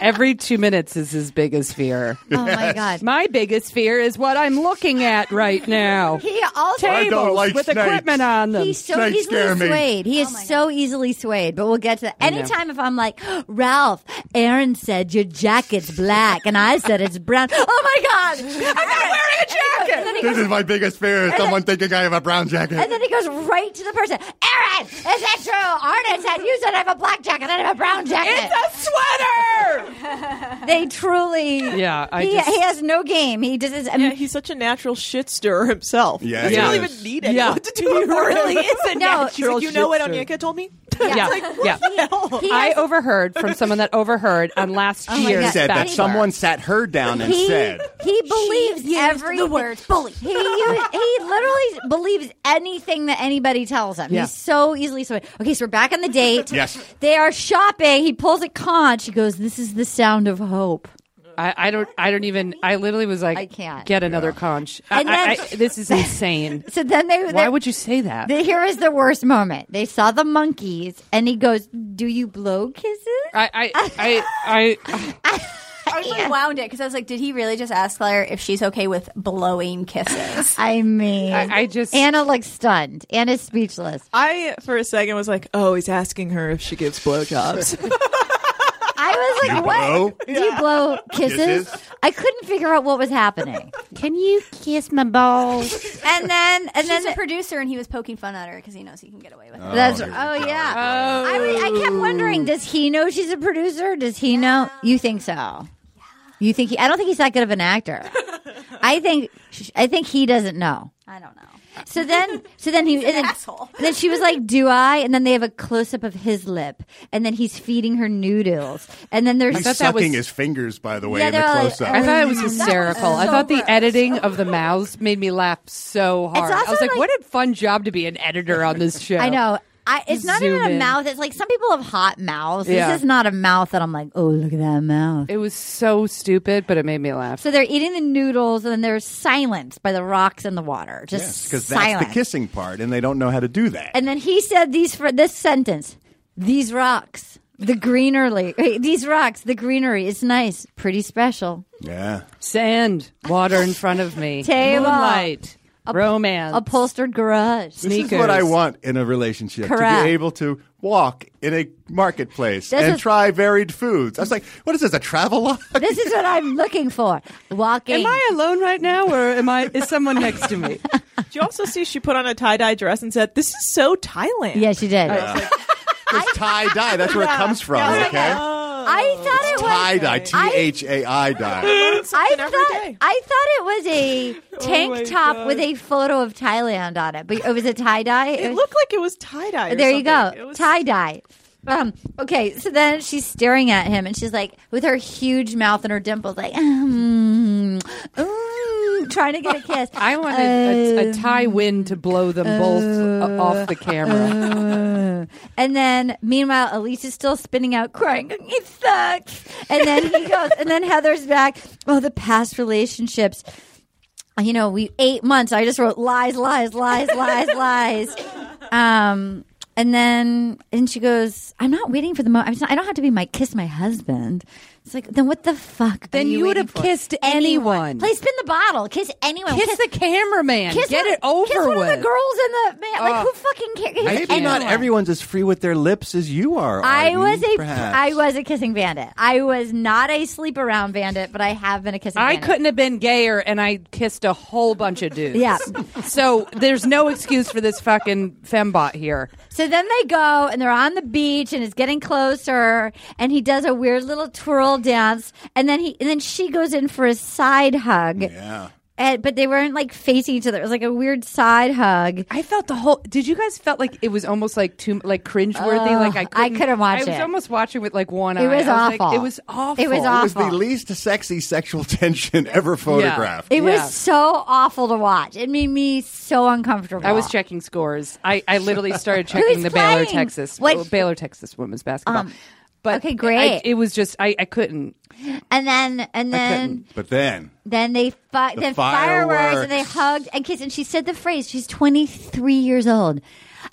Every two minutes is his biggest fear.
Oh my god!
My biggest fear is what I'm looking at right now.
He Oh, also
Tables with equipment on them.
He's so easily swayed.
Oh
He is so easily swayed. But we'll get to that.
I know.
Anytime if I'm like, Ralph, Aaron said your jacket's black, and I said it's brown. Oh my god! I'm not wearing a jacket. And then he
This
goes,
is my biggest fear. Someone thinking I have a brown jacket.
and then he goes right to the person. Aaron, is that true? Arden said you said I have a black jacket. I have a brown jacket.
It's a
sweater. they truly.
Yeah, I
he,
just-
he has no game. He just is.
yeah, he's such a natural shit stirrer himself.
Yeah,
he
he
doesn't
is.
even need anyone to do it. for him.
No,
He's like, you know what Onyeka told me?
Yeah, yeah.
He
I
has- Oh
overheard from someone that overheard on last
She
year's
said that
Bachelor.
someone sat her down and
he,
said,
he believes every word. Bully. He u- he literally believes anything that anybody tells him.
Yeah.
He's so easily swayed. Okay, so we're back on the date.
Yes.
They are shopping. He pulls a con. She goes, "This is the sound of hope."
I, I don't. I don't even. I literally was like,
I can't.
get another conch. I-
And
I-
then-
I- this is insane.
So then they.
Why would you say that?
They, here is the worst moment. They saw the monkeys, and he goes, "Do you blow kisses?"
I I I, I
I was like wound it because I was like, did he really just ask Claire if she's okay with blowing kisses?
I mean,
I- I just-
Anna looks stunned. Anna's speechless.
I, for a second, was like, oh, he's asking her if she gives blowjobs.
I was like,
You
"What?
blow?
Do you blow kisses?"
Kisses?
I couldn't figure out what was happening. Can you kiss my balls? And then, and
She's
then,
a producer, and he was poking fun at her because he knows he can get away with it.
that's oh yeah.
Oh.
I, was- I kept wondering, does he know she's a producer? Does he know? You think so? You think he? I don't think he's that good of an actor. I think, I think he doesn't know.
I don't know.
So then, so then he
He's an
and then,
asshole.
and then she was like, "Do I?" And then they have a close up of his lip, and then he's feeding her noodles, and then there's
he's sucking his fingers, by the way,
Yeah,
in the
they're all like,
close up.
I thought it was hysterical. I thought the editing of the mouths made me laugh so hard. I
also
was like,
like-
what a fun job to be an editor on this show.
I know. I, it's not
Zoom
even a
in.
mouth. It's like some people have hot mouths.
Yeah.
This is not a mouth that I'm like, oh, look at that mouth.
It was so stupid, but it made me laugh.
So they're eating the noodles and then they're silenced by the rocks and the water. Just
Because that's
silent.
the kissing part, and they don't know how to do that.
And then he said these for this sentence: "These rocks, the greenery, wait, these rocks, the greenery is nice, pretty special."
Yeah.
Sand, water in front of me,
Table.
moonlight, romance,
upholstered garage,
This is what I want in a relationship to
Correct.
be able to walk in a marketplace
This
and
is-
try varied foods. I was like, what is this, a travel log?
This is what I'm looking for. Walking.
Am I alone right now, or am I? Is someone next to me?
Did you also see she put on a tie dye dress and said, "This is so Thailand"?
Yeah, she
Oh,
did.
It's tie dye. That's where it comes from, okay?
"Oh, I thought it was
Tie dye. T H A I dye.
I thought I thought it was a tank
Oh my
top
God.
with a photo of Thailand on it, but it was a tie dye.
It looked like it was tie dye.
There you go, tie dye. Um, okay, so then she's staring at him, and she's like, with her huge mouth and her dimples, like, mm, mm, trying to get a kiss.
I wanted
Um,
a, a tie wind to blow them both uh, off the camera.
And then, meanwhile, Elise is still spinning out, crying, it sucks. And then he goes, and then Heather's back. Oh, the past relationships. You know, we eight months. I just wrote lies, lies, lies, lies, lies. Um, and then, and she goes, I'm not waiting for the moment. I don't have to be my kiss, my husband. It's like, then what the fuck?
Then
are
you would
waiting
have
for?
kissed anyone.
Please spin the bottle. uh, Kiss anyone.
Kiss the cameraman. Get
one-
it over
kiss one Of the
with. Oh.
girls in the man.
Ugh.
Like who fucking cares? Kiss
Maybe not
anyone.
everyone's as free with their lips as you are.
I
Arden,
was a
perhaps.
I was a kissing bandit. I was not a sleep around bandit, but I have been a kissing.
I
bandit.
couldn't have been gayer, and I kissed a whole bunch of dudes.
Yeah.
So there's no excuse for this fucking fembot here.
So then they go and they're on the beach and it's getting closer and he does a weird little twirl dance and then he and then she goes in for a side hug.
Yeah.
And, but they weren't like facing each other. It was like a weird side hug.
I felt the whole. Did you guys felt like it was almost like too like cringeworthy? like I
Ugh,
couldn't,
I couldn't watch
I was
it.
almost watching with like one
It
eye.
was
I like,
awful.
it was awful.
It was
It was
awful.
the least sexy sexual tension ever photographed.
It was so awful to watch. It made me so uncomfortable.
I was checking scores. I, I literally started checking
Who's
the Baylor,
playing?
Texas
What-
Baylor, Texas women's basketball.
Um,
but
okay,
I-
great.
it was just I, I couldn't.
and then and then
But then
Then they fi-
The
then fireworks. and they
fireworks.
hugged and kissed. And she said the phrase, she's 23 years old.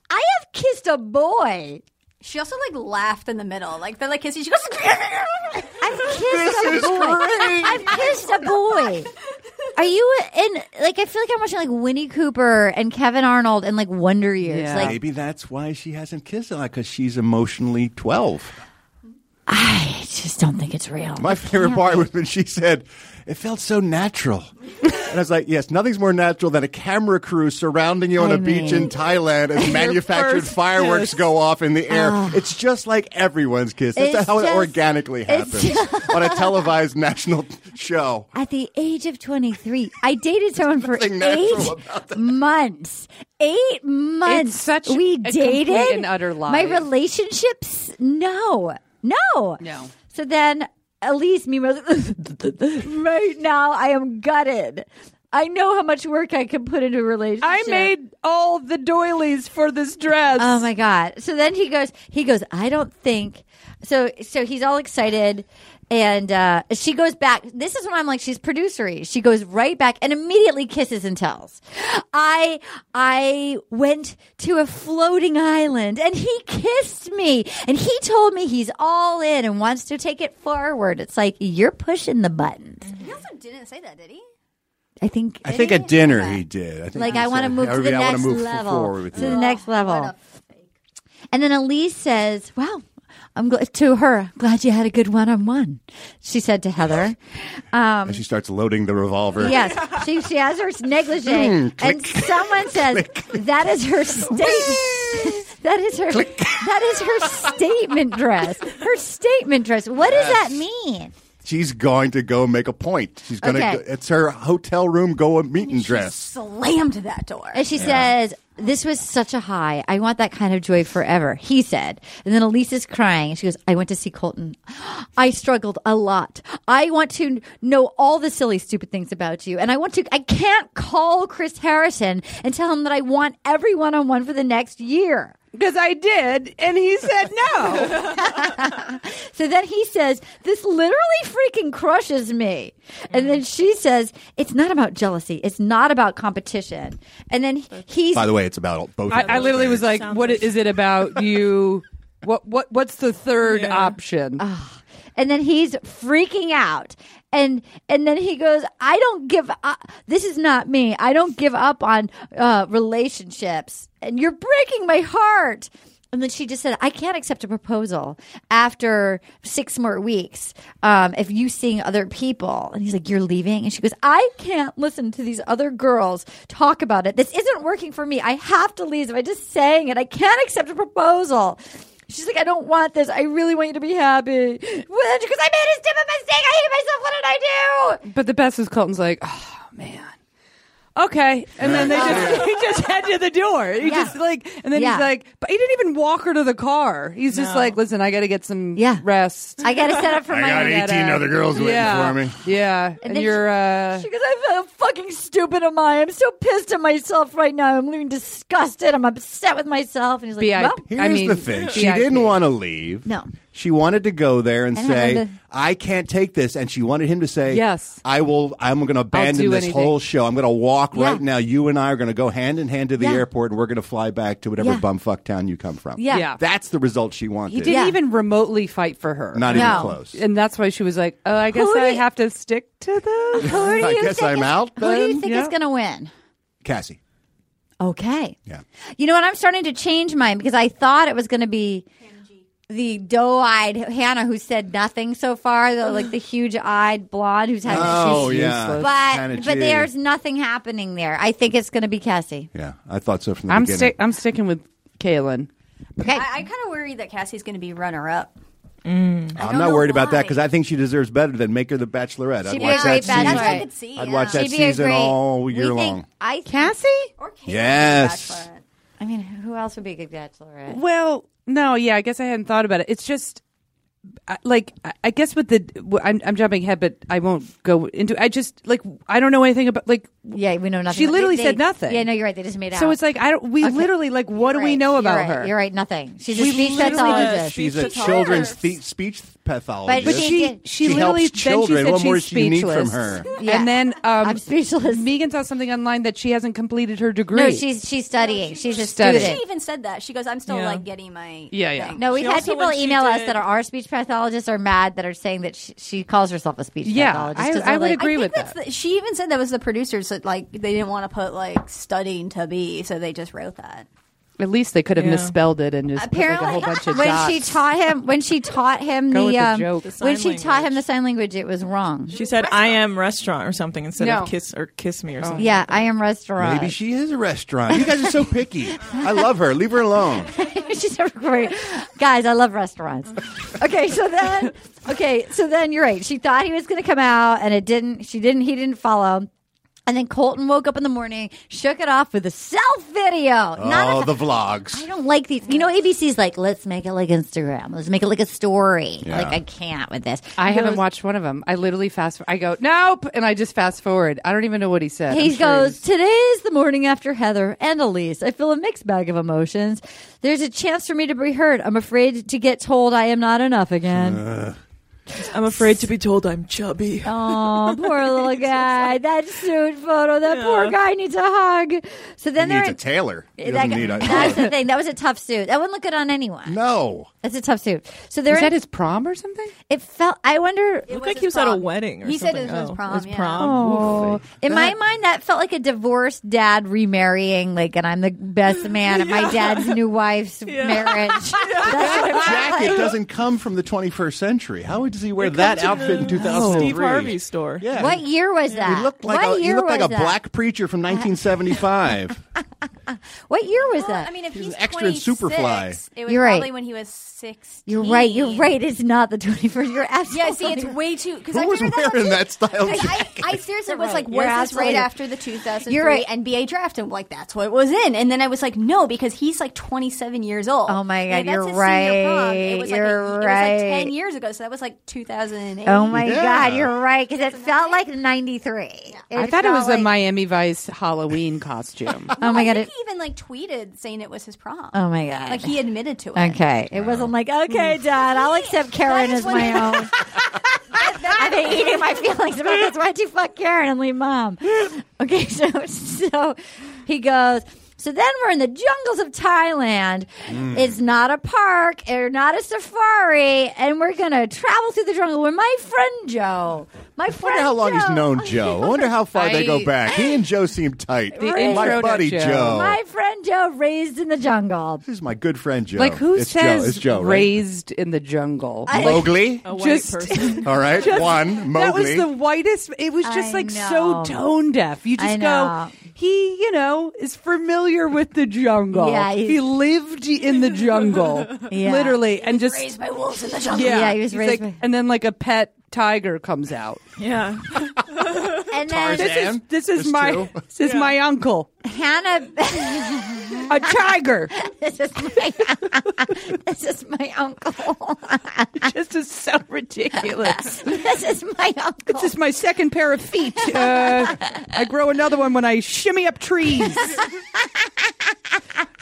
I have kissed a boy.
She also like laughed in the middle, like they're like kissing. She goes,
"I've kissed a boy. I've kissed a boy. Are you in like I feel like I'm watching like Winnie Cooper and Kevin Arnold and like Wonder Years. Like
Maybe that's why she hasn't kissed a lot because she's emotionally twelve.
I just don't think it's real.
My favorite part was when she said, "It felt so natural," and I was like, "Yes, nothing's more natural than a camera crew surrounding you on
I
a beach in
mean-
Thailand as manufactured
first
fireworks
kiss.
go off in the air.
Ah.
it's just like everyone's kiss. That's
It's
how
just-
it organically
it's
happens on a televised national show."
At the age of 23, I dated someone for
natural
eight months. Eight months.
It's such
we
a
dated
complete and utter lie.
My relationships, no, no,
No.
So then, Elise, meanwhile, right now I am gutted. I know how much work I can put into a relationship.
I made all the doilies for this dress.
Oh my god! So then he goes. He goes. I don't think so. So he's all excited, and uh, she goes back. This is when I'm like, she's producery. She goes right back and immediately kisses and tells. I I went to a floating island, and he kissed me, and he told me he's all in and wants to take it forward. It's like you're pushing the buttons.
He also didn't say that, did he?
I think.
I think at dinner he did. I think
Like
he
I want to
said,
move
"I
to the
mean, I wanna
next
move f- forward
level.
with
To
you."
the next level. And then Elise says, "Wow, I'm gl- to her. Glad you had a good one-on-one." She said to Heather. Um,
And she starts loading the revolver.
yes, she she has her negligee,
Mm,
and someone says that is her state. that is her. That is her statement dress. Her statement dress. What does that mean?
She's going to go make a point. She's going to.
Okay.
Go, it's her hotel room go a meet and dress.
Slammed that door. And she says, This was such a high. I want that kind of joy forever, he said. And then Elise is crying. She goes, I went to see Colton. I struggled a lot. I want to know all the silly, stupid things about you. And I want to, I can't call Chris Harrison and tell him that I want every one on one for the next year.
Because I did, and he said no.
So then he says, This literally freaking crushes me. And then she says, It's not about jealousy. It's not about competition. And then he's.
By the way, it's about both.
I,
of
I
those
literally was
things.
like, "What is it about you? What what what's the third option?"
and then he's freaking out and and then he goes i don't give up this is not me i don't give up on uh, relationships and you're breaking my heart and then she just said i can't accept a proposal after six more weeks um, if you seeing other people and he's like you're leaving and she goes i can't listen to these other girls talk about it this isn't working for me i have to leave if i just saying it i can't accept a proposal She's like, I don't want this. I really want you to be happy. Because I made a stupid mistake. I hate myself. What did I do?
But the best is Colton's like, "Oh man, okay," and then they just he just head to the door. He
Yeah.
just like, and then
Yeah.
he's like, "But he didn't even walk her to the car. He's just
No.
like, listen, I got to get some
Yeah.
rest.
I gotta set up for I my- got
I gotta-
18 other girls waiting
yeah.
for me."
Yeah, and,
then
you're
she-
uh,
She goes, I feel fucking stupid am I? I'm so pissed at myself right now. I'm living disgusted. I'm upset with myself. And he's like,
B.I.P.
well,
Here's
I mean,
the thing. She
VIP.
didn't want to leave.
No.
She wanted to go there and
I don't
say,
remember.
"I can't take this," and she wanted him to say,
Yes.
I will. I'm going to abandon
do
this
anything."
whole show. I'm going to walk
Yeah.
right now. You and I are going to go hand in hand to the
Yeah.
airport, and we're going to fly back to whatever
Yeah.
bumfuck town you come from."
Yeah. Yeah.
that's the result she wanted.
He didn't even remotely fight for her.
Not even No. close.
And that's why she was like, "Oh, I guess
Who do
I
you-
have to stick to this."
Who do
I
you
guess
think
I'm
is-
out
Who do you
then?
think
Yeah.
is going to win?
Cassie.
Okay.
Yeah.
You know what? I'm starting to change mine because I thought it was going to be the doe-eyed Hannah who said nothing so far, the, like the huge-eyed blonde who's had.
Oh,
she's
yeah.
useless.
Hannah
but
G.
but there's nothing happening there. I think it's going to be Cassie.
Yeah, I thought so from the
I'm
beginning.
stick. I'm sticking with Kaylin.
Okay.
I, I kind of worry that Cassie's going to be runner up.
Mm. I'm not worried about that because I think she deserves better than make her the Bachelorette.
She'd
I'd
be
watch
a
that
great
season.
Bachelorette. I could see,
I'd
yeah.
watch that
She'd be a
season
great-
all
we
year
think-
long.
I Cassie?
Yes.
I mean, who else would be a good bachelorette?
Well, no, yeah, I guess I hadn't thought about it. It's just I- like I- I guess with the w- I'm, I'm jumping ahead, but I won't go into. I just like I don't know anything about like.
Yeah, we know nothing.
She
about-
literally
they-
said
they-
nothing.
Yeah, no, you're right. They just made out.
So it's like I don't. We literally like. What do we know
You're
about
right.
her?
You're right. Nothing. She's a
We
speech
literally
pathologist.
She's a children's th- speech pathologist.
But she- she literally-
helps
then she
children.
said
what more
she's
do you need from
speechless.
her?
Yeah.
And then um, I'm
speechless.
Megan saw something online that she hasn't completed her degree.
No, she's she's studying. she's a
studying.
student.
She even said that. She goes, I'm still
Yeah.
like getting my.
Yeah, yeah.
No, we've
She
had
also,
people
when she
email us
did-
that are our speech pathologists are mad that are saying that she, she calls herself a speech
Yeah,
pathologist.
I-
'cause they're
I would
like-
agree
I
with
think that's the, she even said that was the producers that like they didn't want to put like studying to be, so they just wrote that.
At least they could have
Yeah.
misspelled it and just
Apparently,
put, like, a whole bunch of
when
dots.
she taught him, when she taught him
Go
the,
with the
um,
joke.
when she taught him the sign language, it was wrong.
She said, "I am restaurant" or something instead
No.
of "kiss" or "kiss me" or something.
Yeah, I am restaurant.
Maybe she is a restaurant. You guys are so picky. I love her. Leave her alone.
She's never great. Guys, I love restaurants. Okay, so then okay, so then you're right. She thought he was gonna come out and it didn't she didn't he didn't follow. And then Colton woke up in the morning, shook it off with a self video.
oh,
Not a,
the vlogs.
I don't like these. You know, ABC's like, let's make it like Instagram. Let's make it like a story.
Yeah.
Like I can't with this.
I haven't
Goes-
watched one of them. I literally fast. I go nope, and I just fast forward. I don't even know what he said. I'm
He
sure
goes, Today is the morning after Heather and Elise. I feel a mixed bag of emotions. There's a chance for me to be hurt. I'm afraid to get told I am not enough again.
I'm afraid to be told I'm chubby.
Oh, poor little guy. That suit photo. That poor guy needs a hug. So then
he
they're
needs a tailor. He doesn't
That guy-
need a.
That's the thing. That was a tough suit. That wouldn't look good on anyone.
No.
That's a tough suit. So they're
Is that
in-
his prom or something?
It felt. I wonder. It
looked like he was at a wedding. Or
He said
something.
it was
Oh,
prom,
It was
yeah.
prom.
Oh. In my
That-
mind, that felt like a divorced dad remarrying, like, and I'm the best man at my dad's new wife's marriage. That's what it felt
Jacket
like.
doesn't come from the 21st century. How does he wear that outfit in 2003?
Steve Harvey store.
Yeah.
What year was
He
that?
looked like
what
a, he
year
looked
was
like a
that?
black preacher from 1975.
What year was that?
I mean, if he's,
extra in
26,
Superfly.
It was
You're right.
probably when he was six.
You're right. You're right. It's not the 21st. You're absolutely
Yeah, see, it's way too. Because
Who
I
was
figured that out
wearing
too.
that style
'Cause I,
jacket?
I seriously
You're
was like,
right.
was
You're
this right
absolutely-
after the 2003
You're right.
NBA draft? And like, that's what it was in. And then I was like, no, because he's like 27 years old.
Oh my
Like, that's
God, you're
his senior prom.
right.
It was like,
You're
a- It was like
right.
10 years ago, so that was like 2008.
Oh my
Yeah.
God, you're right. Because it felt like 93.
I thought it
felt
was
like-
a Miami Vice Halloween costume.
Oh my God. It,
He even like tweeted saying it was his prom.
oh my God.
Like he admitted to it.
Okay. It wasn't like,
Mm-hmm.
okay, Dad, I'll accept Karen as my own. I've been eating my feelings about this. Why'd you fuck Karen and leave mom? Okay, so so he goes. So then we're in the jungles of Thailand.
Mm.
It's not a park or not a safari, and we're gonna travel through the jungle with my friend Joe. My
I wonder
friend.
how long he's known Joe. I wonder how far they
I-
go back. He and Joe seem tight.
The
my
intro to
buddy Joe.
My friend Joe, raised in the jungle.
This is my good friend Joe.
Like who
it's
says
Joe. It's Joe, right?
raised in the jungle?
I- Mowgli? A white
person.
All right, one
That was
Mowgli.
the whitest. It was just like so tone deaf. You
I
just
know.
go. He, you know, is familiar with the jungle.
Yeah, he's-
he lived in the jungle,
Yeah.
literally, and just
raised by wolves in the jungle.
Yeah,
Yeah, he was
he's
raised
like- and then like a pet tiger comes out.
Yeah.
and then
This is this is my this is my uncle,
Hannah.
a tiger.
this is my this is my uncle.
just is so ridiculous.
this is my uncle.
This is my second pair of feet. Uh, I grow another one when I shimmy up trees.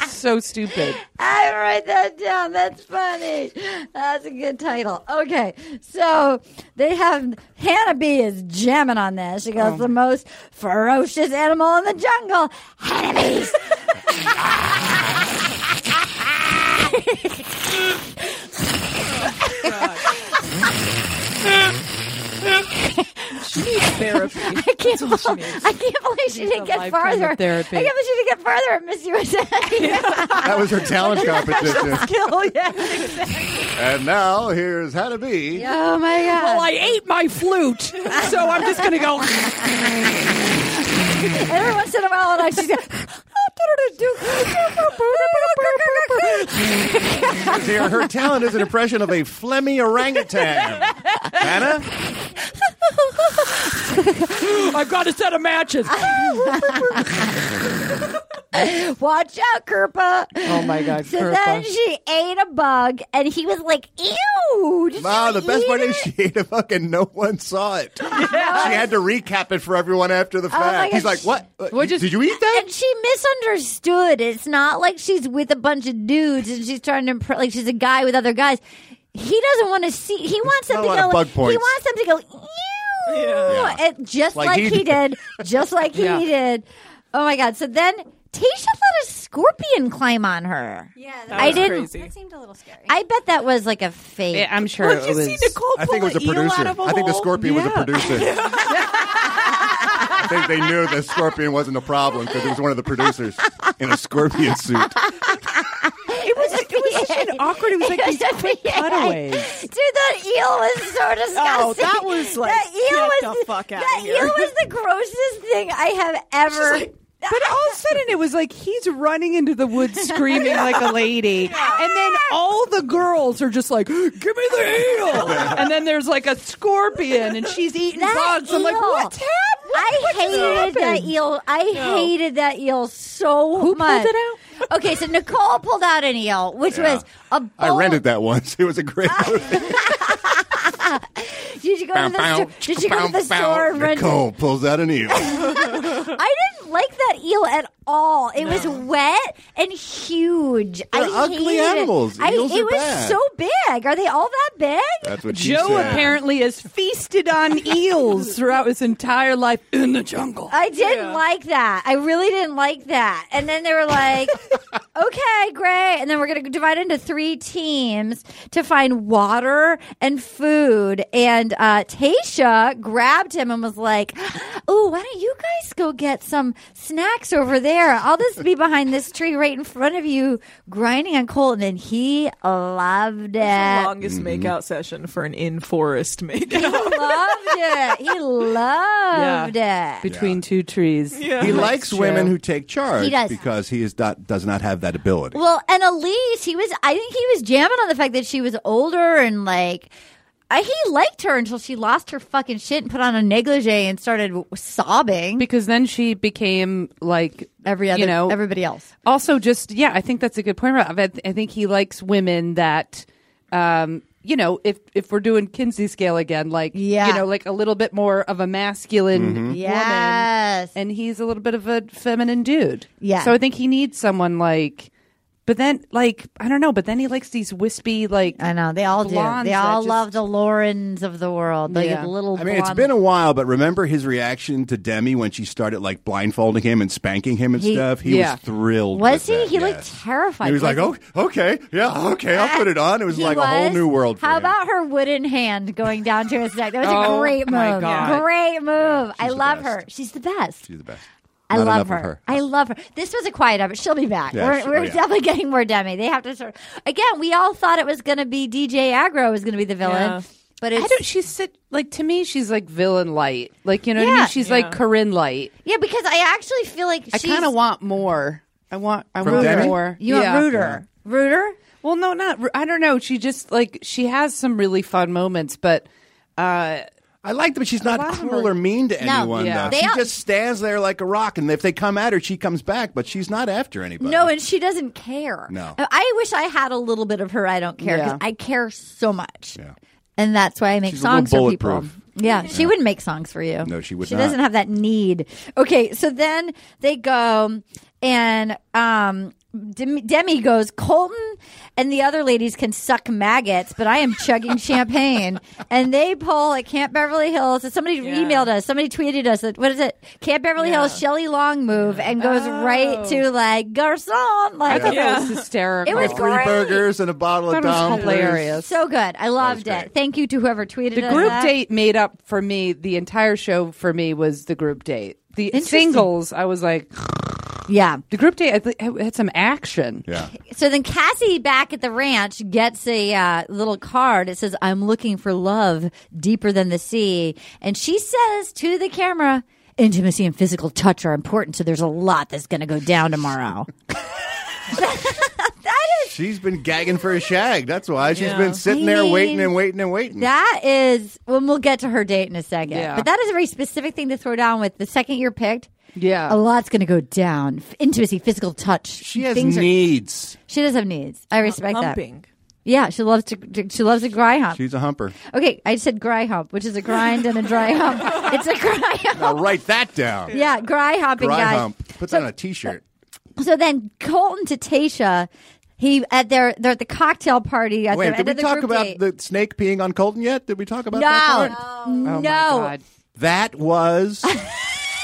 so stupid.
I write that down. That's funny. That's a good title. Okay, so they have Hannah B is jamming on this. She goes,
Oh.
"The most ferocious animal in the jungle, Hannah B's."
She needs therapy.
I can't, believe, I can't believe she didn't get
lifetime of
farther. I can't
therapy.
believe she didn't get farther at Miss USA. that
was her talent competition.
Skill, yeah.
And now here's how to be.
Oh my god!
Well, I ate my flute, so I'm just gonna go.
And every once in a while, and I "Ah, she's like,
Dear, her talent is an impression of a phlegmy orangutan. Anna?
I've got a set of matches.
Watch out, Kerpa.
Oh my God,
So
Kerpa.
then she ate a bug, and he was like, "Ew!" Did
Wow,
you
the best
eat
part
it?
is she ate a fuck and no one saw it. She had to recap it for everyone after the
Oh my
fact.
God.
He's like, what? Uh, Did you eat that?
And she misunderstood. It's not like she's with a bunch of dudes and she's trying to impress. Like she's a guy with other guys. He doesn't want to see. He wants them
Not
to
a lot
go.
of bug
he
points.
wants them to go. Ew, It- just like,
Like he
he did.
did.
just like he
Yeah.
did. Oh my god! So then Tasha let a scorpion climb on her. Yeah,
that
I
was
didn't.
crazy. That seemed a little scary.
I bet that was like a fake.
Yeah, I'm sure Well, it you see was- Nicole
I think it was a producer. I think the scorpion was a producer. I think they knew the scorpion wasn't a problem because it was one of the producers in a scorpion suit.
It was it was such an awkward. It was like these quick
cutaways.
Dude, that eel was so disgusting.
Oh, that was like
that eel
get
was
the fuck out
that
of here.
eel was the grossest thing I have ever.
But all of a sudden, it was like he's running into the woods screaming like a lady, and then all the girls are just like, "Give me the eel!" And then there's like a scorpion, and she's eating
That
bugs. I'm like,
eel.
"What's happening?"
I
just
hated that
happened?
eel. I
No.
hated that eel so much.
it
out? okay, so Nicole pulled out an eel, which
Yeah.
was a bowl.
I rented that once. It was a great movie.
Did you go to the store? Did you go to the store and rent
Nicole pulls out an eel.
I didn't like that eel at all. It was wet and huge.
They're
I
ugly
hated it.
animals.
I,
Eels
it
are
was
bad.
so big. Are they all that big?
That's what she
Joe
said.
apparently has feasted on eels throughout his entire life in the jungle.
I didn't like that. I really didn't like that. And then they were like, okay, great. And then we're going to divide into three teams to find water and food. And uh, Tasha grabbed him and was like, oh, why don't you guys go get some snacks over there? I'll just be behind this tree right in front of you, grinding on coal. And then he loved
the
it.
longest
Mm-hmm.
makeout session for an in forest makeout.
He loved it. He loved it.
Between two trees.
He likes women who take charge
He does.
because he is not, does not have that ability.
Well, and Elise, he was. I think he was jamming on the fact that she was older and like. I, he liked her until she lost her fucking shit and put on a negligee and started w- sobbing.
Because then she became like
every other,
you know,
everybody else.
Also, just yeah, I think that's a good point. Rob. I I think he likes women that, um, you know, if if we're doing Kinsey scale again, like
Yeah.
you know, like a little bit more of a masculine
Mhm.
woman,
Yes.
and he's a little bit of a feminine dude.
Yeah.
So I think he needs someone like. But then, like I don't know. But then he likes these wispy, like I
know they all
do.
They all love the Laurens of the world, the
Yeah.
little.
I mean, it's
blonde-
been a while, but remember his reaction to Demi when she started like blindfolding him and spanking him and
He-
stuff? He
yeah.
was thrilled.
Was
with
he?
that,
he looked
yes.
terrified.
He was like,
wasn't
oh, okay, yeah, okay, I'll put it on. It was
He
like a whole
was?
new world for
How
him.
about her wooden hand going down to his neck? That was a
Oh,
great
my
move.
God.
Great move. I
the
love
best.
her. She's the best.
She's the best.
I
Not
love
enough
her.
of her.
I love her. This was a quiet effort. She'll be back.
Yeah,
we're
she-
we're
oh, yeah.
definitely getting more Demi. They have to sort. Again, we all thought it was going to be DJ Agro was going to be the villain,
Yeah.
but
I
it's
don't. She's sit, like to me. She's like villain light. Like you know what I
Yeah.
mean. She's
Yeah.
like Corinne light.
yeah because I actually feel like
I
she's,
kind of want more. I want. I
From
want
Demi?
more.
You want Ruder. Ruder.
Well, no, not. Ru- I don't know. She just like she has some really fun moments, but uh
I like them. She's
a lot
not
of them
cruel
are-
or mean to
No.
anyone.
Yeah.
Though.
They
She
all-
just stands there like a rock, and if they come at her, she comes back, but she's not after anybody.
No, and she doesn't care.
No.
I wish I had a little bit of her. I don't care because
Yeah.
I care so much.
Yeah.
And that's why I make
She's a little
songs for people.
bulletproof.
Yeah, she wouldn't make songs for you.
No, she would
She
not.
doesn't have that need. Okay, so then they go and um, Demi, Demi goes, Colton and the other ladies can suck maggots, but I am chugging champagne. And they poll at Camp Beverly Hills. and Somebody emailed us. Somebody tweeted us. that- What is it? Camp Beverly Hills Shelley Long move and goes right to like garçon. Like
Oh. thought that was Yeah. hysterical.
It was
Free
great.
burgers and a bottle of Dom. please.
So good. I loved it. Thank you to whoever tweeted
The
us
group
that.
date made up for me. The entire show for me was the group date. The
Interesting.
singles, I was like,
yeah.
The group date I thi- had some action.
Yeah.
So then Cassie back at the ranch gets a uh, little card. It says, I'm looking for love deeper than the sea. And she says to the camera, Intimacy and physical touch are important, so there's a lot that's going to go down tomorrow.
She's been gagging for a shag. That's why she's
Yeah.
been sitting
I
there
mean,
waiting and waiting and waiting.
that is, when we'll get to her date in a second.
Yeah.
But that is a very specific thing to throw down with the second you're picked.
Yeah.
A lot's going to go down. F- Intimacy, physical touch. She
has needs.
she does have needs. I respect
humping.
that. Yeah, she loves to, to- she loves to dry hump.
She's a humper.
Okay, I said gry hump, which is a grind and a dry hump. It's a gry hump.
Now write that down.
Yeah, gry humping,
Dry
guys.
hump. Put that on a t-shirt.
So then Colton to Tasha, he at their they're at the cocktail party at
Wait,
the
did
end
we
of the
talk
group
about
date.
the snake peeing on Colton yet? Did we talk about that part? Oh
no, no.
Oh
That was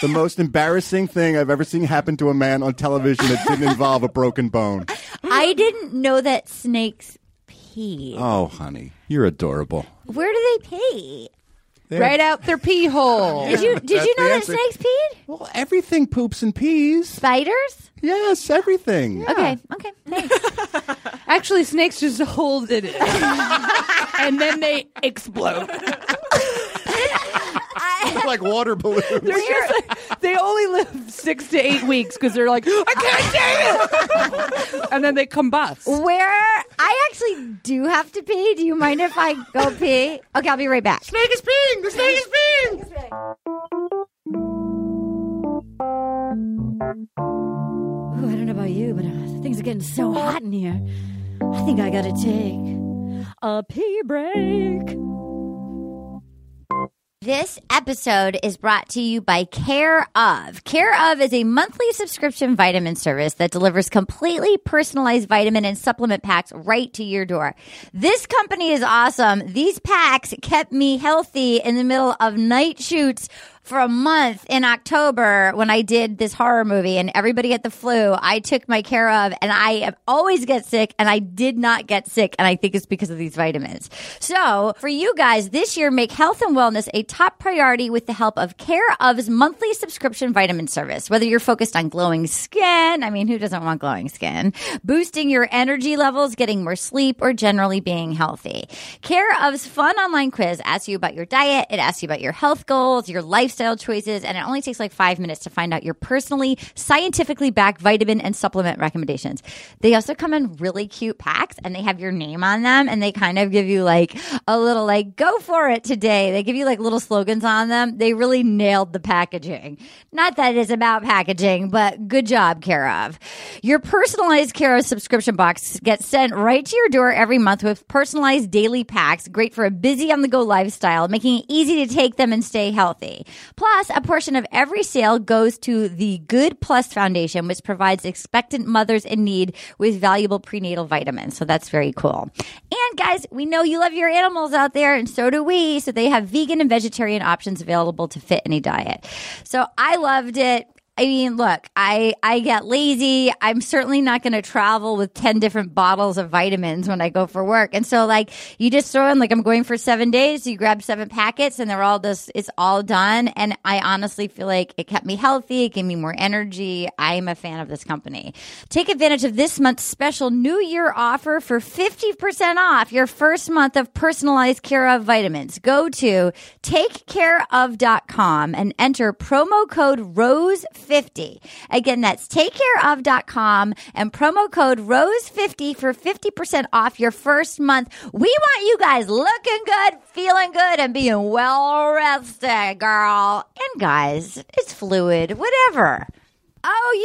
the most embarrassing thing I've ever seen happen to a man on television that didn't involve a broken bone.
I didn't know that snakes pee.
Oh, honey, you're adorable.
Where do they pee?
They Right have-
out their pee hole.
Did you did
That's
you know
the
that
answer.
snakes peed?
Well, everything poops and pees.
Spiders?
Yes, everything.
Okay,
Actually, snakes just hold it in. and then they explode.
It's like water balloons.
They're just like, they only live six to eight weeks because they're like, I can't take it. and then they combust.
Where I actually do have to pee. Do you mind if I go pee? Okay, I'll be right back. Snake is peeing. The snake is peeing. Ooh, I don't know about you, but uh, things are getting so hot in here. I think I gotta take a pee break. This episode is brought to you by Care of. Care of is a monthly subscription vitamin service that delivers completely personalized vitamin and supplement packs right to your door. This company is awesome. These packs kept me healthy in the middle of night shoots for a month in October when I did this horror movie and everybody had the flu. I took my care of and I am- always get sick and I did not get sick. And I think it's because of these vitamins. So for you guys this year, make health and wellness a top priority with the help of Care of's monthly subscription vitamin service. Whether you're focused on glowing skin, I mean, who doesn't want glowing skin? Boosting your energy levels, getting more sleep, or generally being healthy. Care of's fun online quiz asks you about your diet. It asks you about your health goals, your lifestyle choices, and it only takes like five minutes to find out your personally, scientifically backed vitamin and supplement recommendations. They also come in really cute packs and they have your name on them and they kind of give you like a little like, go for it today. They give you like little slogans on them. They really nailed the packaging. Not that it's about packaging, but good job, Care of. Your personalized Care of subscription box gets sent right to your door every month with personalized daily packs, great for a busy on the go lifestyle, making it easy to take them and stay healthy. Plus, a portion of every sale goes to the Good Plus Foundation, which provides expectant mothers in need with valuable prenatal vitamins. So that's very cool. And guys, we know you love your animals out there, and so do we. So they have vegan and vegetarian options available to fit any diet. So I loved it. I mean, look, I, I get lazy. I'm certainly not going to travel with 10 different bottles of vitamins when I go for work. And so, like, you just throw in, like, I'm going for seven days. You grab seven packets and they're all just, it's all done. And I honestly feel like it kept me healthy. It gave me more energy. I'm a fan of this company. Take advantage of this month's special new year offer for 50% off your first month of personalized care of vitamins. Go to takecareof.com and enter promo code ROSE50. Again, that's takecareof.com and promo code ROSE50 for 50% off your first month. We want you guys looking good, feeling good, and being well rested, girl. And guys, it's fluid, whatever. Oh,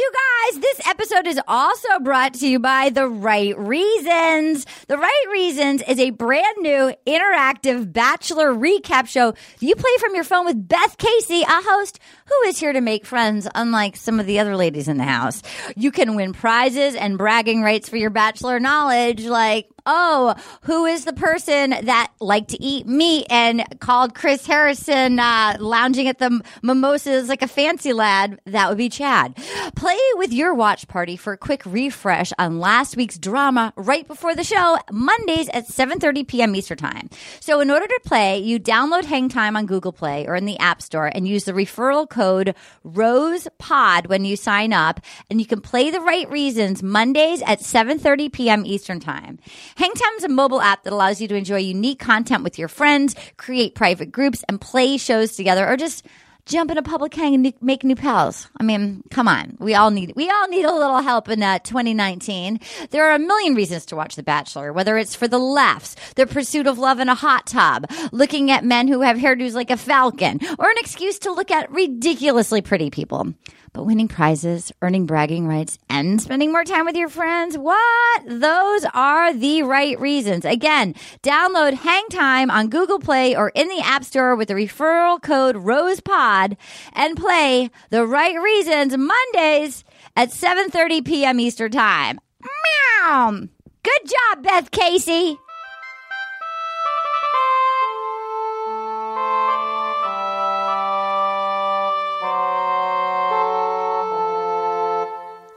you guys, this episode is also brought to you by The Right Reasons. The Right Reasons is a brand new interactive bachelor recap show that you play from your phone with Beth Casey, a host who is here to make friends, unlike some of the other ladies in the house. You can win prizes and bragging rights for your bachelor knowledge, like oh, who is the person that liked to eat meat and called Chris Harrison uh, lounging at the mimosas like a fancy lad? That would be Chad. Play with your watch party for a quick refresh on last week's drama right before the show, Mondays at 7.30 p.m. Eastern Time. So in order to play, you download Hang Time on Google Play or in the App Store and use the referral code ROSEPOD when you sign up. And you can play the right reasons Mondays at 7.30 p.m. Eastern Time. Hangtime is a mobile app that allows you to enjoy unique content with your friends, create private groups, and play shows together, or just jump in a public hang and new- make new pals. I mean, come on, we all need we all need a little help in uh, 2019. There are a million reasons to watch The Bachelor, whether it's for the laughs, the pursuit of love in a hot tub, looking at men who have hairdos like a falcon, or an excuse to look at ridiculously pretty people. But winning prizes, earning bragging rights, and spending more time with your friends, what? Those are the right reasons. Again, download Hang Time on Google Play or in the App Store with the referral code ROSEPOD and play The Right Reasons Mondays at 7.30 p.m. Eastern Time. Meow! Good job, Beth Casey!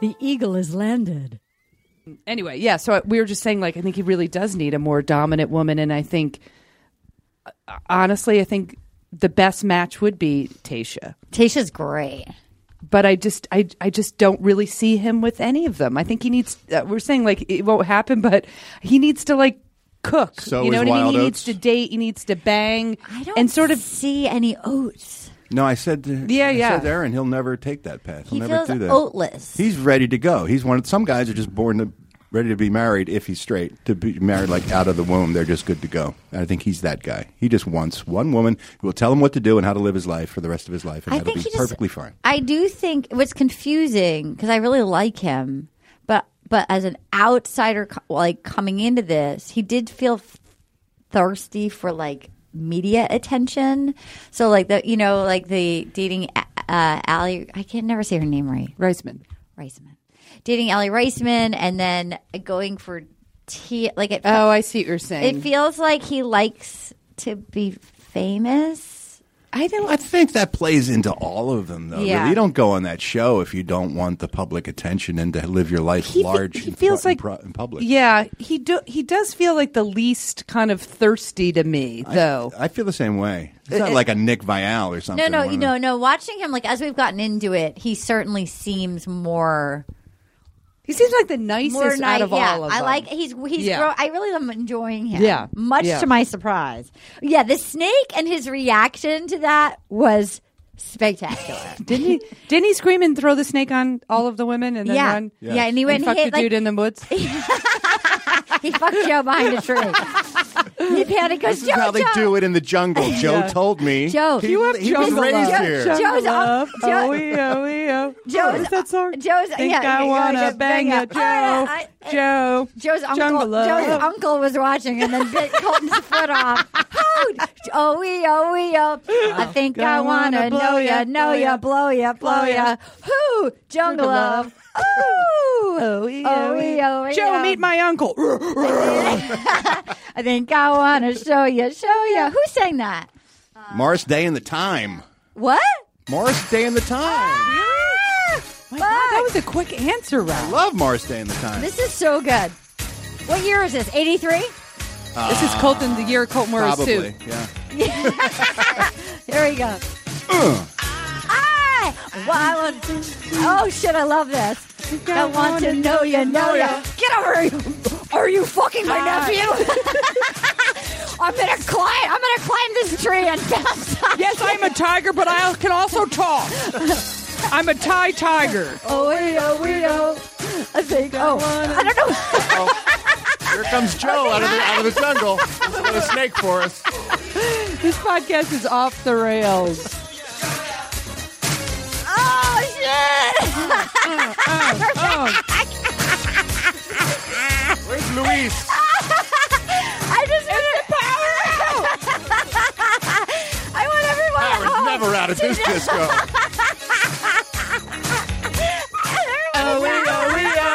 The eagle has landed.
Anyway, yeah. So I- we were just saying, like, I think he really does need a more dominant woman, and I think, uh, honestly, I think the best match would be Tasha.
Tasha's great,
but I just, I, I just don't really see him with any of them. I think he needs. Uh, we're saying like it won't happen, but he needs to like cook.
So
you know
is
what I mean?
Wild
He
Oats.
needs to date. He needs to bang. I don't and sort of
see any oats.
No, I said. To,
Yeah,
I
yeah.
Said to Aaron, he'll never take that path. He'll
He
never
feels
do that.
oatless.
He's ready to go. He's one. Of, some guys are just born to, ready to be married if he's straight. To be married like out of the womb, they're just good to go. And I think he's that guy. He just wants one woman who will tell him what to do and how to live his life for the rest of his life, and
I
that'll
think
be
he just-
perfectly fine.
I do think what's confusing because I really like him, but but as an outsider, co- like coming into this, he did feel f- thirsty for like media attention. So like the you know like the dating uh, Allie, I can never say her name right.
Reisman.
Reisman. Dating Allie Reisman, and then going for T. Like it.
Oh, I see what you're saying.
It feels like he likes to be famous.
I don't.
I think that plays into all of them, though.
Yeah.
Really, you don't go on that show if you don't want the public attention and to live your life
He fe-
large.
he
and
feels
pro-
like-
and pro- in public.
Yeah, he do, he does feel like the least kind of thirsty to me, though.
I feel the same way. It's
Uh,
not
uh,
like a Nick Vial or something.
No,
one
no,
of
you
them.
know, no. Watching him, like as we've gotten into it, he certainly seems more.
He seems like the nicest
more
out
ni-
of
yeah,
all of
I
them.
like he's he's.
Yeah.
Grow- I really am enjoying him.
Yeah.
much
Yeah.
to my surprise. Yeah, the snake and his reaction to that was spectacular.
Didn't he? Didn't he scream and throw the snake on all of the women and then
Yeah.
run?
Yeah. Yeah, and he went and
fucked
hit,
the
like-
dude in the woods.
he fucked Joe behind a tree. he panicked.
This
goes,
is
Joe,
how they
Joe.
do it in the jungle. Joe
Yeah.
told me.
Joe,
he, he was raised here.
Joe- Joe's up.
love.
Joe,
Oh, we, oh, we, oh.
Joe's-
What was that song?
Joe's
Think
yeah,
I
yeah,
wanna
Joe's-
bang a
Oh, yeah,
Joe.
I- I-
Joe.
Joe's uncle.
Jungle love.
Joe's uncle was watching and then bit Colton's foot off. Hold. Oh we oh we oh. I think
Go
I wanna,
wanna blow
know
ya,
ya, know
blow
ya,
ya,
blow ya, blow
blow ya.
ya. Who? Jungle love. Ooh.
Oh we
oh we oh we.
Joe,
oh.
meet my uncle.
I think I wanna show ya, show ya. Who sang that?
Morris Day and the Time.
What? Ah!
Morris Day and the Time.
My God, that was a quick answer round.
I love Morris Day and the Time.
This is so good. What year is this? Eighty three.
This is Colton, the year Colton wore his
probably,
suit.
Yeah.
There we go. I, well, I want to, oh shit, I love this. I want to know you, know you. Get over here. Are you fucking my nephew? I'm gonna climb. I'm gonna climb this tree and bounce.
Yes, I'm a tiger, but I can also talk. I'm a Thai tiger.
Oh, we, oh, we, oh. I think. Oh, I don't know.
Here comes Joe out of the, out of the jungle. He's got a snake for us.
This podcast is off the rails.
Oh shit!
Where's Luis?
I just it's the power out. I want everyone at
Power's
home
never out at
to
this
know-
disco.
Oh, we
go, we go.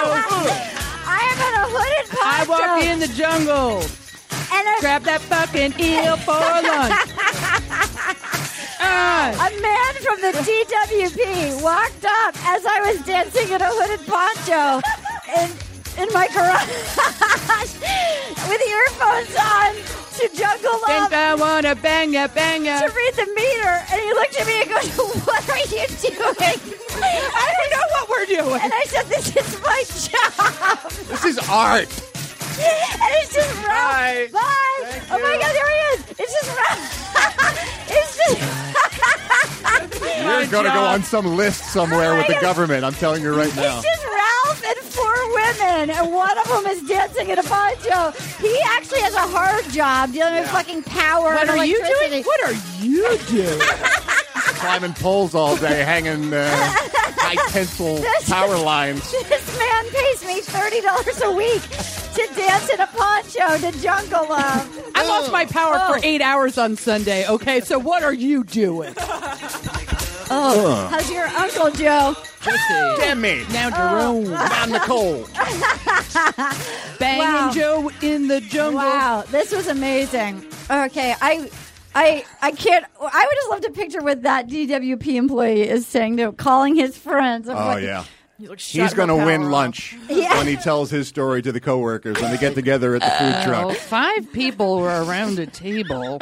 I am in a hooded
I
poncho.
walk in the jungle.
And a-
grab that fucking eel for lunch.
A man from the DWP walked up as I was dancing in a hooded poncho in, in my garage with earphones on to jungle
Think
up
I wanna bang ya, bang ya.
to read the meter. And he looked at me and goes, What are you doing? I don't know what we're
doing.
And I said, This is my job.
This is art.
And it's just Ralph. Bye. Oh my God, there he is. It's just Ralph. it's just.
You're going to go on some list somewhere with the government. I'm telling you right now.
It's just Ralph and four women, and one of them is dancing in a poncho. He actually has a hard job dealing with fucking power.
What
and
are you
electricity.
doing? What are you doing?
Climbing poles all day, hanging uh, high pencil
This-
power lines.
This man pays me thirty dollars a week to dance in a poncho to jungle love.
I lost my power for eight hours on Sunday. Okay, so what are you doing?
Oh, how's your uncle Joe?
Pussy.
Demi.
Now Jerome.
Now Nicole.
Banging
Wow.
Joe in the jungle.
Wow, this was amazing. Okay, I. I, I can't. I would just love to picture what that DWP employee is saying to calling his friends. of
Oh,
what-
yeah.
shut
He's going to
the
win
power
lunch
Yeah.
when he tells his story to the coworkers when they get together at the food
Oh,
truck.
five people were around a table.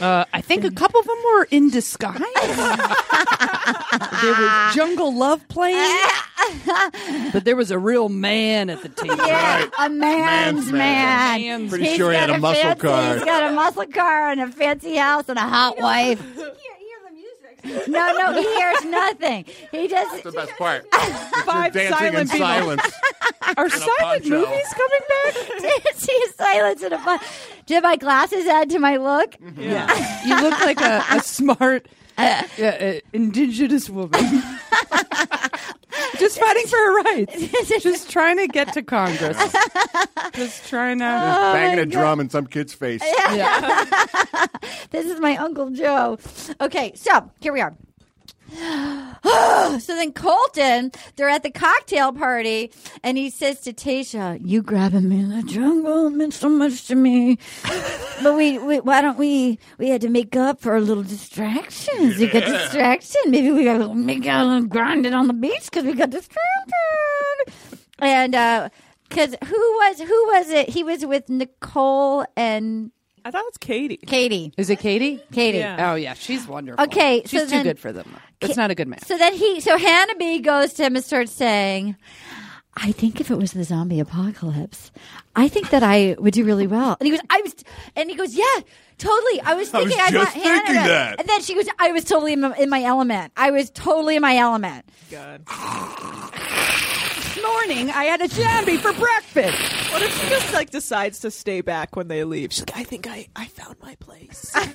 Uh, I think a couple of them were in disguise. there was Jungle Love playing, but there was a real man at the table.
Yeah, a man's,
Man's man.
man.
Man's
Pretty
He's
sure he
got
had a muscle
fancy,
car.
He's got a muscle car and a fancy house and a hot wife. No, no, he hears nothing. He just
That's the best part.
Five
dancing in
silent people.
silence.
Are
a
silent
poncho.
movies coming back?
see silence in a fun. Did my glasses add to my look?
Mm-hmm.
Yeah. you look like a, a smart uh, uh, indigenous woman. Just fighting for her rights. Just trying to get to Congress. Just trying
Oh
to.
Banging a drum in some kid's face.
Yeah.
This is my Uncle Joe. Okay, so here we are. so then Colton, they're at the cocktail party, and he says to Tasha, "You grabbing me in the jungle meant so much to me, but we, we why don't we? We had to make up for a little distractions. We got distraction. Maybe we got to make out and grind it on the beach because we got distracted." And uh, because who was who was it? He was with Nicole and
I thought it was Katie.
Katie.
Is it Katie?
Katie.
Oh yeah, she's wonderful.
Okay,
she's
so
too
then-
good for them. It's not a good match.
So then he, so Hannah B goes to him and starts saying, I think if it was the zombie apocalypse, I think that I would do really well. And he goes, I was, and he goes, yeah, totally. I was
I was
thinking, I,
just
want Hannah
thinking
to-"
that.
And then she goes, I was totally in my, in my element. I was totally in my element.
God.
This morning I had a zombie for breakfast.
What if she just like decides to stay back when they leave? She's like, I think I, I found my place. Stays in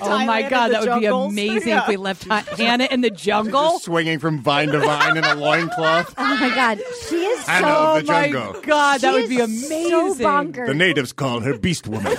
Oh my
Thailand
god,
in
that
the
would be
jungles.
amazing
Yeah.
if we left Ha- Hannah in the jungle.
Just swinging from vine to vine in a loincloth.
Oh my God. She is so,
I know the
my
jungle.
Oh God, that
she
would be
is So
amazing.
bonkers.
The natives call her Beast Woman.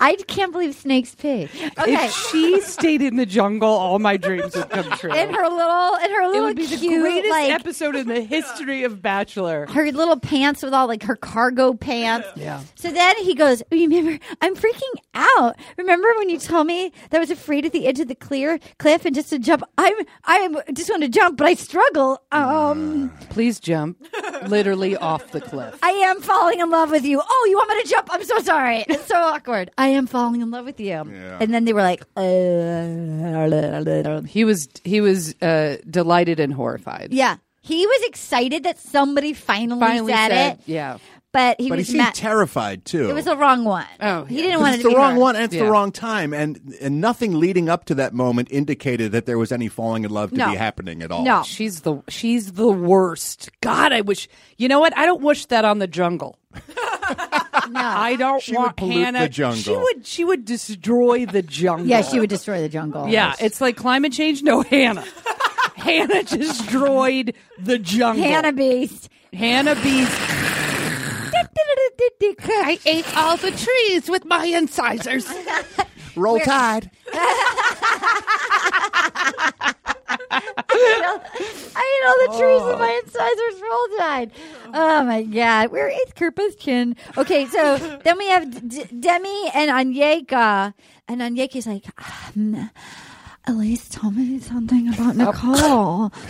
I can't believe snakes pee. Okay.
If she stayed in the jungle, all my dreams would come true.
in her little, in her
it
little
would be the
cute,
greatest
like,
episode in the history of Bachelor.
her little pants with all like her cargo pants.
Yeah.
So then he goes, "Oh, Remember, I'm freaking out. Remember when you told me that I was afraid at the edge of the clear cliff and just to jump? I'm, I just want to jump, but I struggle.
Mm.
Um,
Please jump literally off the cliff.
I am falling in love with you. Oh, you want me to jump? I'm so sorry. It's so awkward. I am falling in love with you. And then they were like, uh,
He was he was uh, delighted and horrified.
Yeah. He was excited that somebody finally,
Finally
said,
said,
it.
yeah.
But he
but he
was
seemed
mad.
terrified too.
it was the wrong one.
Oh,
he didn't
'Cause
want it
it's
to
the
be
wrong
her.
one, and it's
Yeah.
the wrong time, and and nothing leading up to that moment indicated that there was any falling in love to
No.
be happening at all.
No.
She's the she's the worst. God, I wish you know what? I don't wish that on the jungle. I don't
She
want
would pollute
Hannah.
the jungle.
She would she would destroy the jungle.
Yeah, she would destroy the jungle.
Yeah, it's like climate change. No, Hannah. Hannah destroyed the jungle.
Hannah
Beast. Hannah Beast. I ate all the trees with my incisors.
Roll Tide.
I ate all the trees with my incisors roll tide. Oh my god, we're eighth Kirpa's chin. Okay, so then we have D- Demi and Anyeka, and Anyeka's like, um, Elise, tell me something about Nicole.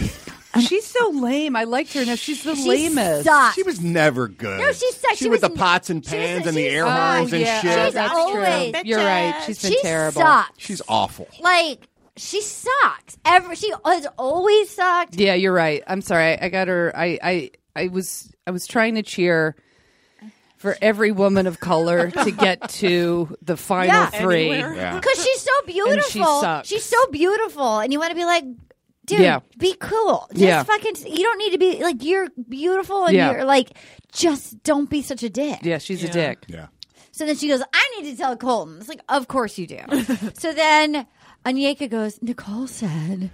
She's so lame. I liked her. Now she's the
She
lamest.
sucks.
She was never good.
No, she sucked.
She,
She
with the
was-
pots and pans and the air horns and shit.
She's always.
You're right. She's been
She
terrible.
sucks.
She's awful.
Like she sucks. Ever she has always sucked.
Yeah, you're right. I'm sorry. I got her. I, I, I was, I was trying to cheer for every woman of color to get to the final three.
Because she's so beautiful.
And she sucks.
She's so beautiful, and you want to be like, dude,
Yeah.
be cool. Just
Yeah.
fucking. You don't need to be like you're beautiful, and
Yeah.
you're like, just don't be such a dick.
Yeah, she's a dick.
Yeah.
So then she goes, I need to tell Colton. It's like, of course you do. so then Anyeka goes, Nicole said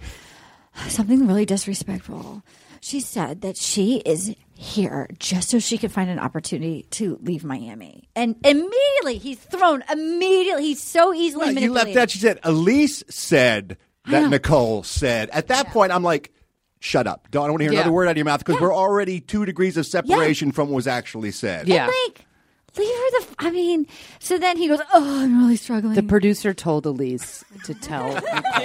something really disrespectful. She said that she is here just so she could find an opportunity to leave Miami. And immediately he's thrown, immediately, he's so easily
Well, you
manipulated.
left out. She said Elise said
I know.
that Nicole said. At that point, I'm like, shut up. Don't, I don't want to hear
Yeah.
another word out of your mouth because we're already two degrees of separation from what was actually said.
And like, leave her the, f- I mean, so then he goes, oh, I'm really struggling.
The producer told Elise to tell,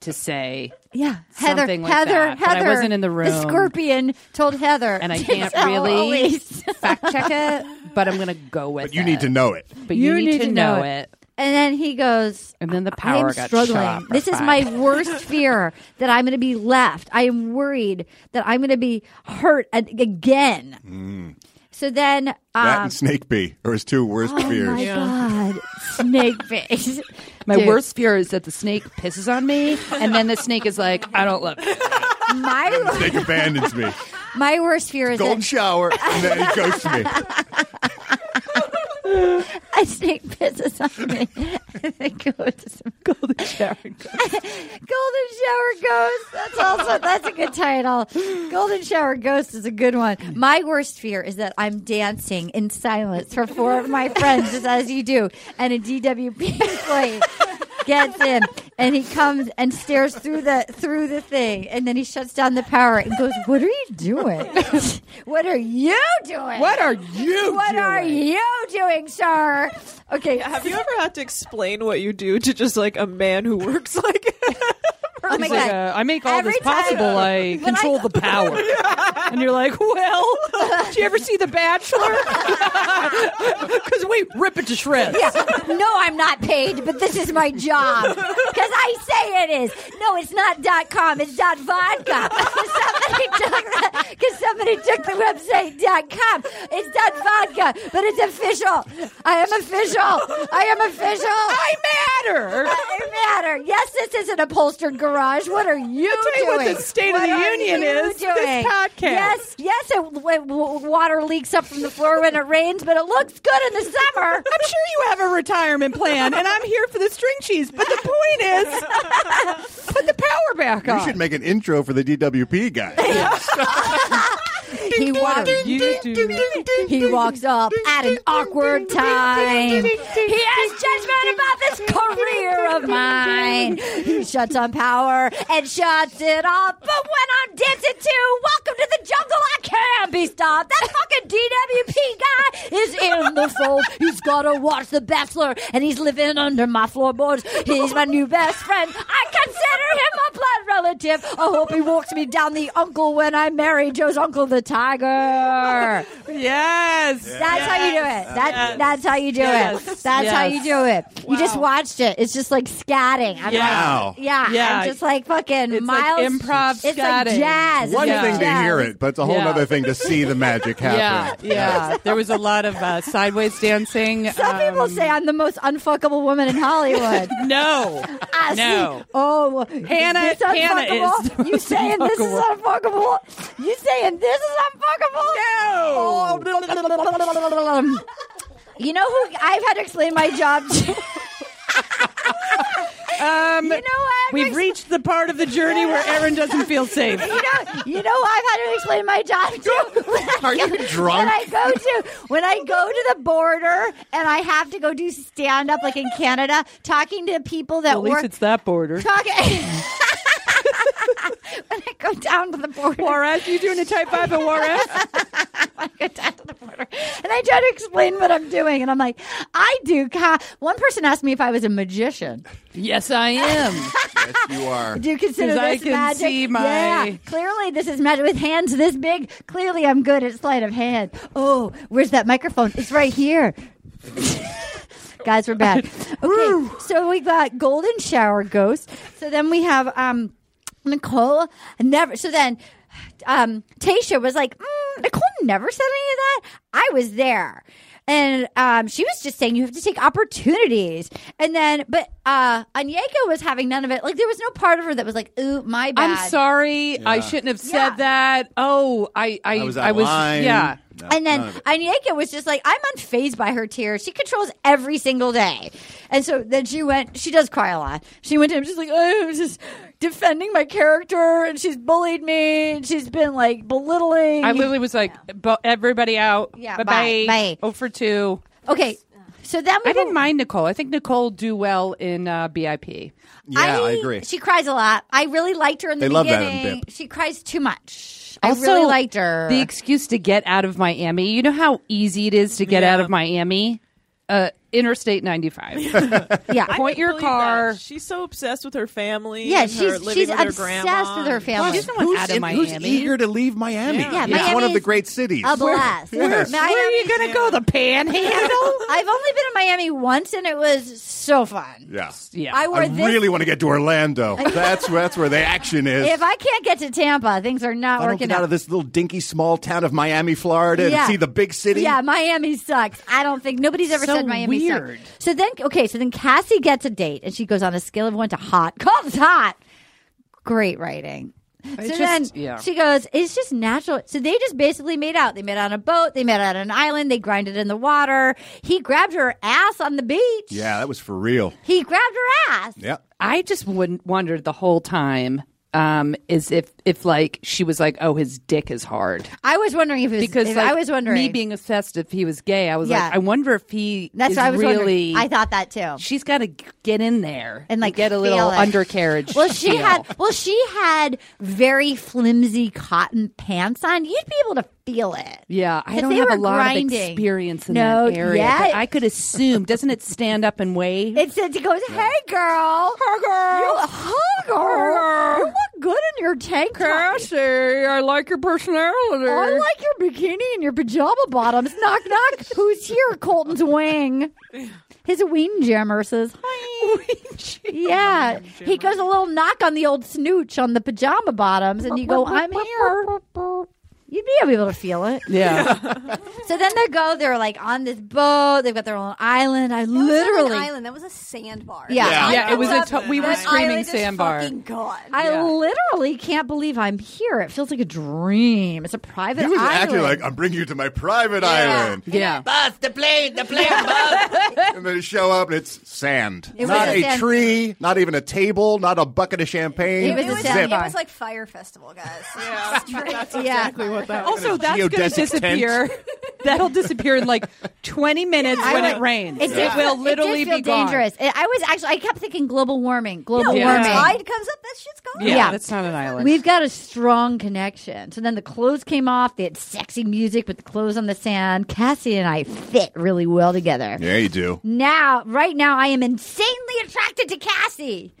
to say,
yeah, Heather,
something like
Heather,
that, but I
Heather.
wasn't in the room.
scorpion told Heather,
and I
to
can't
tell
really
Elise.
fact check it, but I'm going to go with
But you need to know it.
But you, need, to know, it.
And then he goes,
And then the
I
power
am
got
struggling.
shot.
This is my worst fear that I'm going to be left. I am worried that I'm going to be hurt a- again. So then, um,
Mm. That and Snake Bee are his two worst
oh
fears.
my god, snake face.
My
Dude,
worst fear is that the snake pisses on me, and then the snake is like, I don't look.
my
Snake abandons me.
my worst fear is
Golden
that
shower, and then he goes to me.
a snake pisses on me. and then goes to some golden
shower.
Golden Shower Ghost. That's also that's a good title. Golden Shower Ghost is a good one. My worst fear is that I'm dancing in silence for four of my friends, just as you do, and a DWP employee gets in and he comes and stares through the through the thing, and then he shuts down the power and goes, "What are you doing? what are you doing?
What are you?
What
doing?
are you doing, sir?" Okay,
Have you ever had to explain what you do to just like a man who works like
Oh my
It's like,
God.
uh, I make all
Every
this
time-
possible. I
When I-
control the power. And you're like, well, did you ever see The Bachelor? Because we rip it to shreds.
Yeah. No, I'm not paid, but this is my job. Because I say it is. No, it's not dot com, it's dot vodka. Because somebody took the because somebody took the website dot com. It's dot vodka, but it's official. I am official. I am official. I
matter.
I matter. Yes, this isn't a upholstered garage. What are you
I'll tell you what
doing?
the State of the
are
Union
you
is, this
doing?
podcast.
Yes, yes, it, w- w- water leaks up from the floor when it rains, but it looks good in the summer.
I'm sure you have a retirement plan, and I'm here for the string cheese. But the point is, put the power back
You
on.
should make an intro for the DWP guy.
he walks. He walks up at an awkward time. He has judgment about this career of mine. He shuts on power and shuts it off. But when I'm dancing to "Welcome to the Jungle," I can't be stopped. That fucking DWP guy is in the fold. He's gotta watch The Bachelor, and he's living under my floorboards. He's my new best friend. I consider him a blood relative. I hope he walks me down the uncle when I marry Joe's uncle, the tiger.
Yes.
That's how you do it. That, That's how you do
Yes.
it. That's how you
Yes.
do it. You just watched it. It's just like scatting. I'm
Yeah. Wow.
Like, yeah.
Yeah.
I'm just like fucking
It's like
miles.
improv
It's like
scatting.
jazz.
One
It's like
thing to
jazz.
hear it, but it's a whole
Yeah.
other thing to see the magic
Yeah,
happen.
yeah. There was a lot of uh, sideways dancing.
Some people
um,
say I'm the most unfuckable woman in Hollywood.
no,
I
no.
See, oh,
Hannah-
is this
Hannah is
unfuckable? you saying this is unfuckable? You saying this is unfuckable?
Um,
No. you know who I've had to explain my job to.
Um,
You know what?
We've reached the part of the journey where Aaron doesn't feel safe.
you know, you know, I've had to explain my job too. When I
Are
go-
you drunk?
When I go to when I go to the border and I have to go do stand up, like in Canada, talking to people that
At
work.
least it's that border.
talking. when I go down to the border,
Juarez, you doing a type five at Juarez?
and I try to explain what I'm doing, and I'm like, I do. ca- One person asked me if I was a magician.
Yes, I am.
yes, you are.
Do you consider this
I can
magic?
see my-
Yeah, clearly this is magic with hands this big. Clearly, I'm good at sleight of hand. Oh, where's that microphone? It's right here. Guys, we're back. Okay, so we got golden shower ghost. So then we have um Nicole never. So then um Tasha was like, mm, Nicole never said any of that. I was there. And um, she was just saying you have to take opportunities, and then but uh, Anyeka was having none of it. Like there was no part of her that was like, "Ooh, my bad."
I'm sorry. I
Yeah.
shouldn't have said that. Oh, I, I,
I was
I was
online.
yeah.
and then Anyeka was just like, I'm unfazed by her tears. She controls every single day. And so then she went, she does cry a lot. She went to him, she's like, "Oh, I'm just defending my character and she's bullied me and she's been like belittling.
I literally was like, "Bu- everybody out.
Yeah,
bye
bye,
bye. Oh for two.
Okay, so then
I didn't mind Nicole. I think Nicole do well in uh, BIP.
Yeah, I, agree.
She cries a lot. I really liked her in the
They love that in
beginning.
Bip.
She cries too much. I really liked her.
The excuse to get out of Miami. You know how easy it is to get out of Miami. Uh, Interstate 95. yeah, point your car.
She's so obsessed with her family.
Yeah,
and her
she's-
living
she's
with her
obsessed
grandma.
with her family. She's not out of
who's
Miami.
eager to leave Miami?
Yeah,
it's one of
Miami's
the great cities.
a blast.
Where, yes.
Miami-
Where are you going to go? The panhandle?
I've only been to Miami once and it was so fun.
Yeah.
yeah.
I wore this-
really want to get to Orlando. That's where, that's where the action is.
If I can't get to Tampa, things are not
I don't
working
get out of this little dinky small town of Miami, Florida,
Yeah.
and see the big city.
Yeah, Miami sucks. I don't think nobody's ever
So
said Miami
weird.
sucks. So then, okay, so then Cassie gets a date and she goes on a scale of one to hot. Calls hot. Great writing.
I just-
so then
yeah.
she goes, it's just natural. So they just basically made out. They met on a boat. They met on an island. They grinded in the water. He grabbed her ass on the beach.
Yeah, that was for real.
He grabbed her ass.
Yeah.
I just wouldn't wondered the whole time um, is if if like she was like, oh, his dick is hard.
I was wondering if it was,
Because
if
like,
I was wondering.
me being obsessed if he was gay, I was
Yeah.
like, I wonder if he
That's
is
what I was wondering.
really.
I thought that too.
she's got to get in there
and like
get a little
feel it.
undercarriage.
Well, she
feel.
had well, she had very flimsy cotton pants on. You'd be able to feel it.
Yeah, I
'Cause
don't
they
have a
were
lot
grinding.
of experience in
No,
that area,
yeah.
but I could assume. Doesn't it stand up and wave?
It says it goes, "Hey girl, hey girl, you, hey girl, you look good in your tank top.
I like your personality.
Oh, I like your bikini and your pajama bottoms. knock knock, who's here? Colton's wing. His wing jammer says, "Hi." Yeah, he goes a little knock on the old snooch on the pajama bottoms, and you go, "I'm here." You'd be able to feel it.
Yeah.
So then they go. They're like on this boat. They've got their own island. I
That was not an
literally.
island. That was a sandbar.
Yeah. Yeah.
Yeah, it was a.
That
To- we were
island
screaming
is
sandbar.
fucking gone.
I literally can't believe I'm here. It feels like a dream. It's a private
He was
island.
acting like, I'm bringing you to my private island.
Yeah.
Boss, the plane, the plane, boss. and then you show up and it's sand.
It was
not
a
a
sand-
tree, not even a table, not a bucket of champagne.
It was, a
Zip.
sandbar. It was like fire festival, guys. Yeah, that's
exactly what that
Also, that's going to
Geodesic tent.
disappear. That'll disappear in like 20 minutes
I
when
would-
it rains.
It,
It,
did-
will
it
literally
did feel
be gone.
dangerous. It- I was actually. I kept thinking global warming.
No,
Global
when
warming.
tide comes up, that shit's gone.
Yeah, that's not an island.
We've got a strong connection. So then the clothes came off. They had sexy music with the clothes on the sand. Cassie and I fit really well together.
Yeah, you do.
Now, right now, I am insanely attracted to Cassie.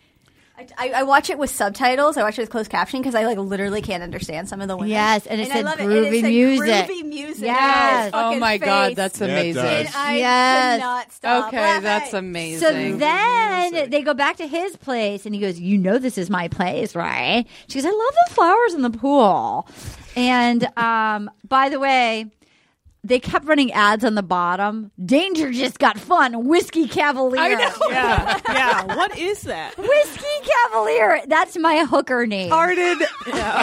I, I watch it with subtitles. I watch it with closed captioning because I like literally can't understand some of the women.
Yes, and it said
I love it.
groovy
And it said
music.
Groovy music.
Yes.
His
Oh
fucking
my God,
face.
that's amazing.
And I
Yes.
could not stop
okay,
laughing.
that's
So
amazing.
then they go back to his place, and he goes, "You know this is my place, right?" She goes, "I love the flowers in the pool." And um, by the way, they kept running ads on the bottom. Danger just got fun. Whiskey Cavalier.
I know. Yeah. yeah. What is that?
Whiskey Cavalier. That's my hooker name.
Started.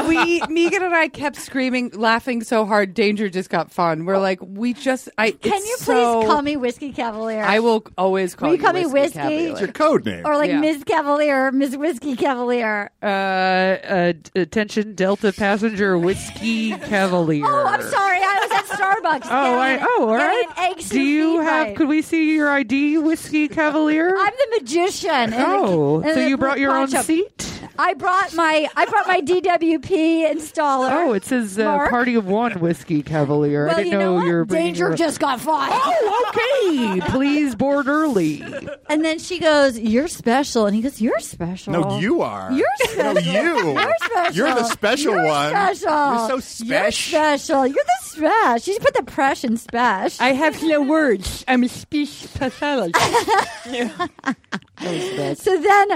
we Megan and I kept screaming, laughing so hard. Danger just got fun. We're like, we just. I
Can
it's
you please
so-
call me Whiskey Cavalier?
I will always call
Will you call me Whiskey?
Cavalier.
It's your
code name.
Or like
Yeah.
Ms. Cavalier, Ms. Whiskey Cavalier.
Uh, uh, d- attention, Delta passenger whiskey cavalier.
Oh, I'm sorry. I was at Starbucks.
Oh, I,
getting-
oh, all right.
getting an egg sous
Do you
vide.
have? Could we see your ID, whiskey cavalier?
I'm the magician. and the-
Oh,
and
so
the
you brought your own
poncho.
seat?
I brought my I brought my DWP installer.
Oh, it says uh,
Mark.
party of one whiskey cavalier.
Well,
I didn't
you know what?
you were bringing
Danger
your-
just got five.
Oh, okay. Please board early.
And then she goes, "You're special," and he goes, "You're special."
No, you are.
You're special.
No, you.
You're special.
You're the special
You're
one.
Special.
You're so
You're special. You're the special. She put the press in special. I
have no words. I'm a speech
So then,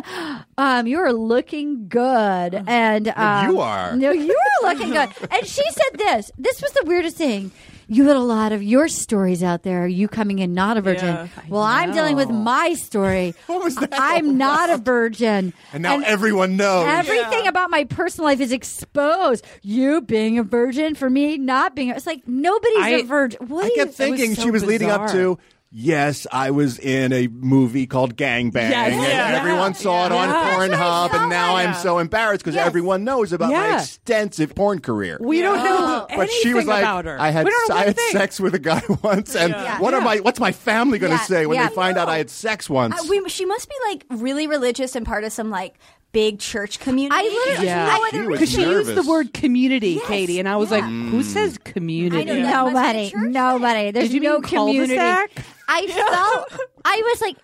um, you are looking good,
Oh,
and um,
you are.
No, you are looking good. And she said this. This was the weirdest thing. You had a lot of your stories out there. You coming in not a virgin.
Yeah.
well, I'm dealing with my story. what was that? I'm not a virgin.
And now everyone knows.
Everything about my personal life is exposed. You being a virgin for me, not being. It's like nobody's
I-
a virgin. What
I
do you-
kept thinking she was leading up to. Yes, I was in a movie called Gang Bang,
Yes.
and
Yeah.
everyone saw it on
Yeah.
Pornhub, and now I'm so embarrassed because everyone knows about my
Yeah.
extensive porn career.
We don't know
Oh.
but she was
anything
like,
about her.
I had,
We don't know
I
one
had
thing.
sex with a guy once, and what am I? What's my family going to
Yeah.
say when
Yeah.
they find out I had sex once?
Uh,
I- we, she must be like really religious and part of some like big church community.
I literally-
There's
Yeah.
no other
She was
reason.
Because she used the
nervous. Mm.
word community, Katie, and I was like, who says community?
Nobody, nobody. There's
Did you
no
mean
community.
cul-de-sac?
I felt. I was like,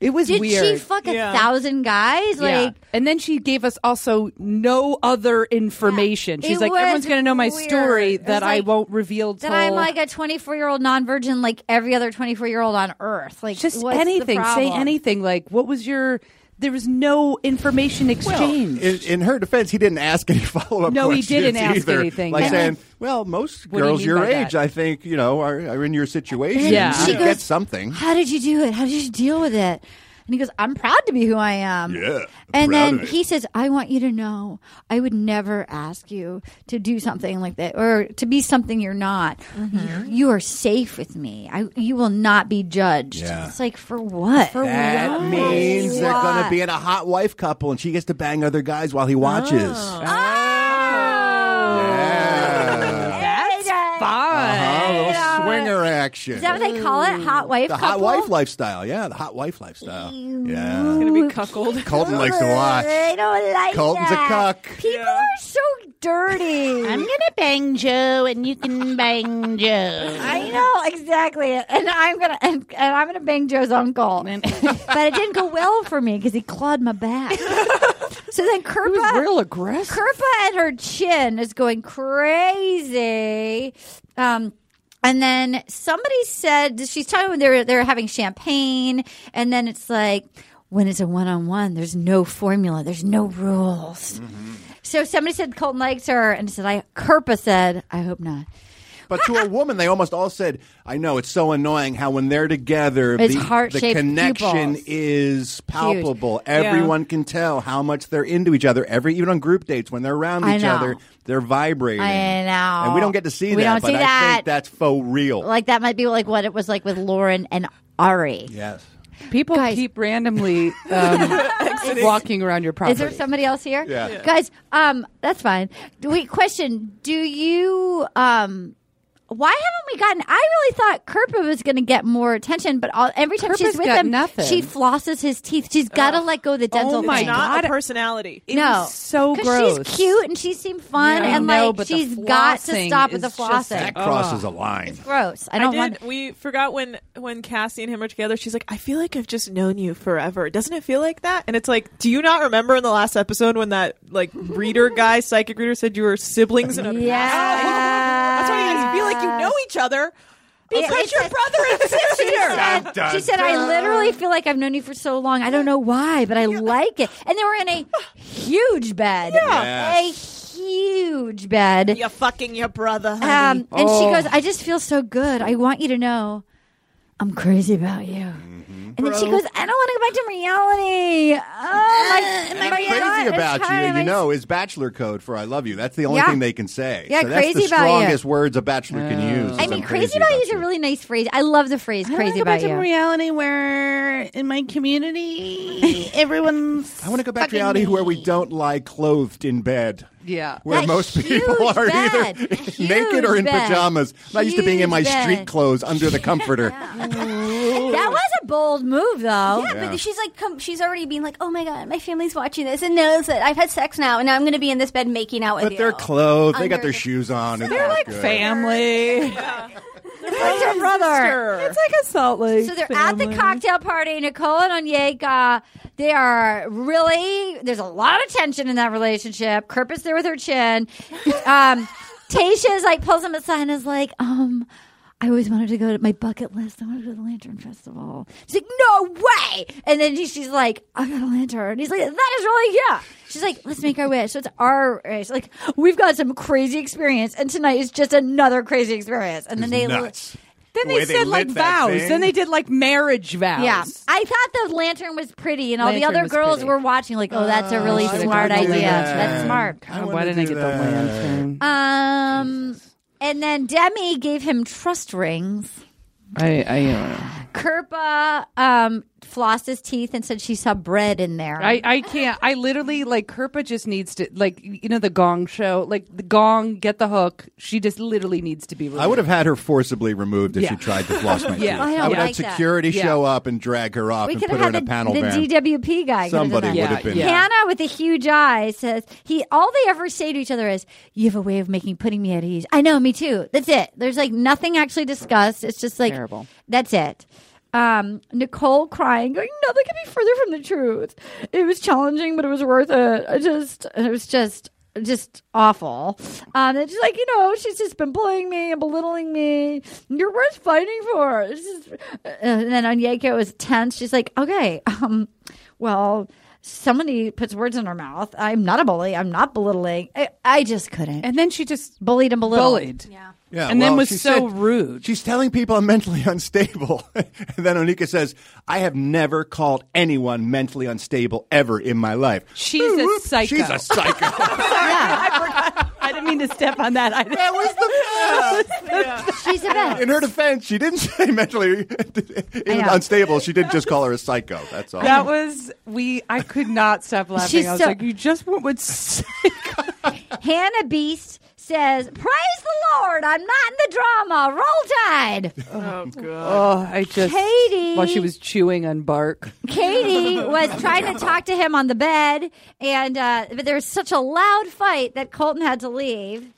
It was
Did she
weird.
fuck a Yeah. thousand guys?
Yeah.
Like-
and then she gave us also no other information. She's
It
like,
was
everyone's going to know my
weird.
story
It was
that I
like-
won't reveal.
that
till-
I'm like a 24 year old non virgin, like every other 24 year old on earth. Like
just
what's the
anything. Say
problem?
anything. Like, what was your? There was no information exchange.
In, in her defense, he didn't ask any follow up.
No, he
questions
didn't ask
either.
anything.
Like
And-
saying, "Well, most
What do you
girls
mean
your
by
age,
that?
I think, you know, are, are in your situation.
And Yeah. she
you
goes-
get something."
How did you do it? How did you deal with it? And he goes, I'm proud to be who I am.
Yeah,
And
proud
then
of it.
he says, I want you to know I would never ask you to do something like that or to be something you're not. You, you are safe with me. I, you will not be judged.
Yeah.
It's like, for what? For
That means they're going to
What?
be in a hot wife couple, and she gets to bang other guys while he watches. Oh!
That's fine.
Uh-huh, a little
Yeah.
swinger action.
Is that what they call it? Hot wife
The hot
couple?
wife lifestyle. Yeah, the hot wife lifestyle. Yeah.
It's gonna be cuckold.
Colton likes to watch.
I don't like
Colton's a
that.
cuck.
People are so dirty. I'm gonna bang Joe, and you can bang Joe. I know exactly, and I'm gonna and, and I'm gonna bang Joe's uncle. but it didn't go well for me because he clawed my back. so then Kerpa
real aggressive.
Kerpa at her chin is going crazy. Um, and then somebody said she's talking when they're they're having champagne, and then it's like when it's a one on one, there's no formula, there's no rules. So somebody said Colton likes her, and said I Kerpa said I hope not.
But to a woman, they almost all said, "I know it's so annoying how when they're together,
It's
the, the
heart-shaped
connection
pupils.
is palpable.
Yeah.
Everyone can tell how much they're into each other. Every even on group dates when they're around
I
each
know.
other, they're vibrating.
I know.
and we don't get to see
We
that.
don't
but
see
I
that.
think that's faux real.
Like that might be like what it was like with Lauren and Ari.
yes.
People keep randomly um, walking around your property.
Is there somebody else here?
Yeah. Yeah.
Guys, um, that's fine. Do we question, do you um why haven't we gotten? I really thought Kerpa was going to get more attention, but all, every time she's
Kerpa's
with
got
him,
nothing.
she flosses his teeth. She's got to let go of the dental.
Oh my
thing.
god, a personality.
no,
so
'Cause
gross.
She's cute and she seemed fun,
Yeah.
and
I know,
like
but the
she's got to
flossing
stop with the
is just-
flossing.
That
crosses a line.
gross. I don't
did,
want.
We forgot when when Cassie and him are together. She's like, I feel like I've just known you forever. Doesn't it feel like that? And it's like, do you not remember in the last episode when that like reader guy, psychic reader, said you were siblings? And
yeah, that's
why you guys feel like you know each other because
it's
your
a-
brother and sister.
She said, she said, I literally feel like I've known you for so long. I don't know why, but I like it. And they were in a huge bed.
Yeah.
A huge bed.
You're fucking your brother.
Um,
honey.
and she goes, I just feel so good. I want you to know I'm crazy about you. And then she
Bro.
goes, I don't want to go back to reality. Oh, my,
am I
my
crazy
God,
Crazy
it's
about
time.
you,
I
you know, is bachelor code for "I love you." That's the only
Yeah.
thing they can say.
Yeah,
so that's
crazy
the
about you. Uh,
strongest words a bachelor can use. is
I
"I'm
mean, crazy, about you is a really nice phrase. I love the phrase "crazy
go back
about
to
you."
reality where in my community everyone's.
I want to go back to reality where we don't lie clothed in bed.
Yeah.
Where most people are either naked or in
bed.
pajamas. Not used to being in my
Huge
street
bed.
clothes under the comforter.
that was a bold move, though.
Yeah,
Yeah.
but she's like, come, she's already being like, oh my god, my family's watching this and knows that I've had sex now, and now I'm going to be in this bed making out with
But
you.
they're clothed. They got
Under
their
the-
shoes on. and
They're
all
like
good.
family.
It's her brother.
It's like a Salt Lake.
So they're at the cocktail party. Nicole and Onyeka, they are really, there's a lot of tension in that relationship. Kirp is there with her chin. Um, Tasha is like, pulls him aside and is like, um, I always wanted to go to my bucket list. I want to go to the Lantern Festival. She's like, no way. And then she- she's like, I got a lantern. He's like, that is really, yeah. She's like, let's make our wish. So it's our wish. Like, we've got some crazy experience, and tonight is just another crazy experience. And then they.
Then they said like vows. Then they did like marriage vows.
Yeah, I thought the lantern was pretty, and all
Lantern
the other
was
girls
pretty.
were watching, like, "Oh, that's a really smart idea. That's smart."
why didn't I get the lantern?
Um, and then Demi gave him trust rings.
I, I, uh,
Kerpa um, flossed his teeth and said she saw bread in there.
I, I can't. I literally like Kerpa just needs to like you know the Gong show like the Gong get the hook. She just literally needs to be. Removed.
I would have had her forcibly removed if
Yeah.
she tried to floss my teeth.
Oh,
Yeah. I
I,
don't
would have
like that.
security
Yeah.
show up and drag her off
we
and
could
put
have
her in
had
a
the,
panel
the
van.
DWP guy. could've done
Somebody
that.
would have been.
Hannah with the huge eye says he. All they ever say to each other is, "You have a way of making putting me at ease." I know, me too. That's it. There's like nothing actually discussed. It's just like
Terrible.
That's it. Um, Nicole crying, going, "Nothing could be further from the truth. It was challenging, but it was worth it. I just, it was just." Just awful. Um, it's just like you know, she's just been bullying me and belittling me. You're worth fighting for. It's just, and then Onyeka was tense. She's like, "Okay, um, well, somebody puts words in her mouth. I'm not a bully. I'm not belittling. I, I just couldn't.
And then she just
bullied and belittled.
bullied.
Yeah.
Yeah,
And then was
she
so
rude. She's telling people I'm mentally unstable. and then Onika says, I have never called anyone mentally unstable ever in my life.
She's a psycho.
She's a psycho.
I didn't mean to step on that. I didn't.
That was the
She's a best.
in her defense, she didn't say mentally
know.
unstable. She did just call her a psycho. That's all.
That was we. I could not stop laughing.
She's
I was
so-
like, you just went with.
Hannah Beast says, "Praise the Lord. I'm not in the drama. Roll Tide."
Oh god.
Oh, I just
Katie.
while she was chewing on bark.
Katie was trying to talk to him on the bed, and uh, but there was such a loud fight that Colton had to leave.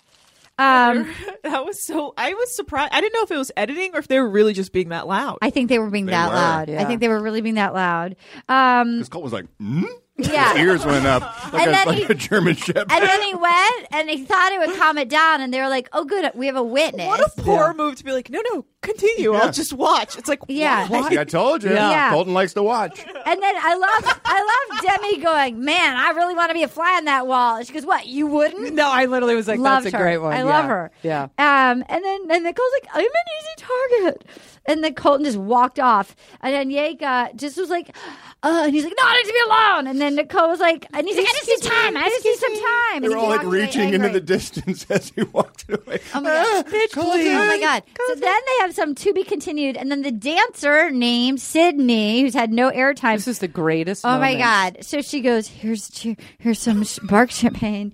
Um,
that was so. I was surprised. I didn't know if it was editing or if they were really just being that loud.
I think they were being
They
that
were.
loud. I
Yeah.
think they were really being that loud. Um,
This Colt was like, hmm?
Yeah.
His ears went up like,
And
a,
then
like
he-
a German shepherd.
and then he went, and he thought it would calm it down, and they were like, "Oh, good, we have a witness."
What a poor move to be like, no, no, continue.
Yeah.
I'll just watch. It's like,
Yeah.
why?
See, I told you.
Yeah. Yeah.
Colton likes to watch.
And then I love I love Demi going, Man, I really want to be a fly on that wall. And she goes, What, you wouldn't?
No, I literally was like,
Loved
that's a
her.
great one.
I
Yeah.
love her.
Yeah.
Um, and then and Nicole's like, I'm an easy target. And then Colton just walked off. And then Yeka just was like, uh, and he's like, No, I need to be alone. And then Nicole was like, and he's like, I just need time. I just need some time.
They're
And
all
he
like
walked away
reaching into
angry.
the distance as he walked away. Ah,
Oh my god!
bitch, please.
Oh my god! So then they have some to be continued, and then the dancer named Sydney, who's had no airtime. This
is the greatest.
Oh my
moment.
god! So she goes, "Here's ch- here's some sh- bark champagne.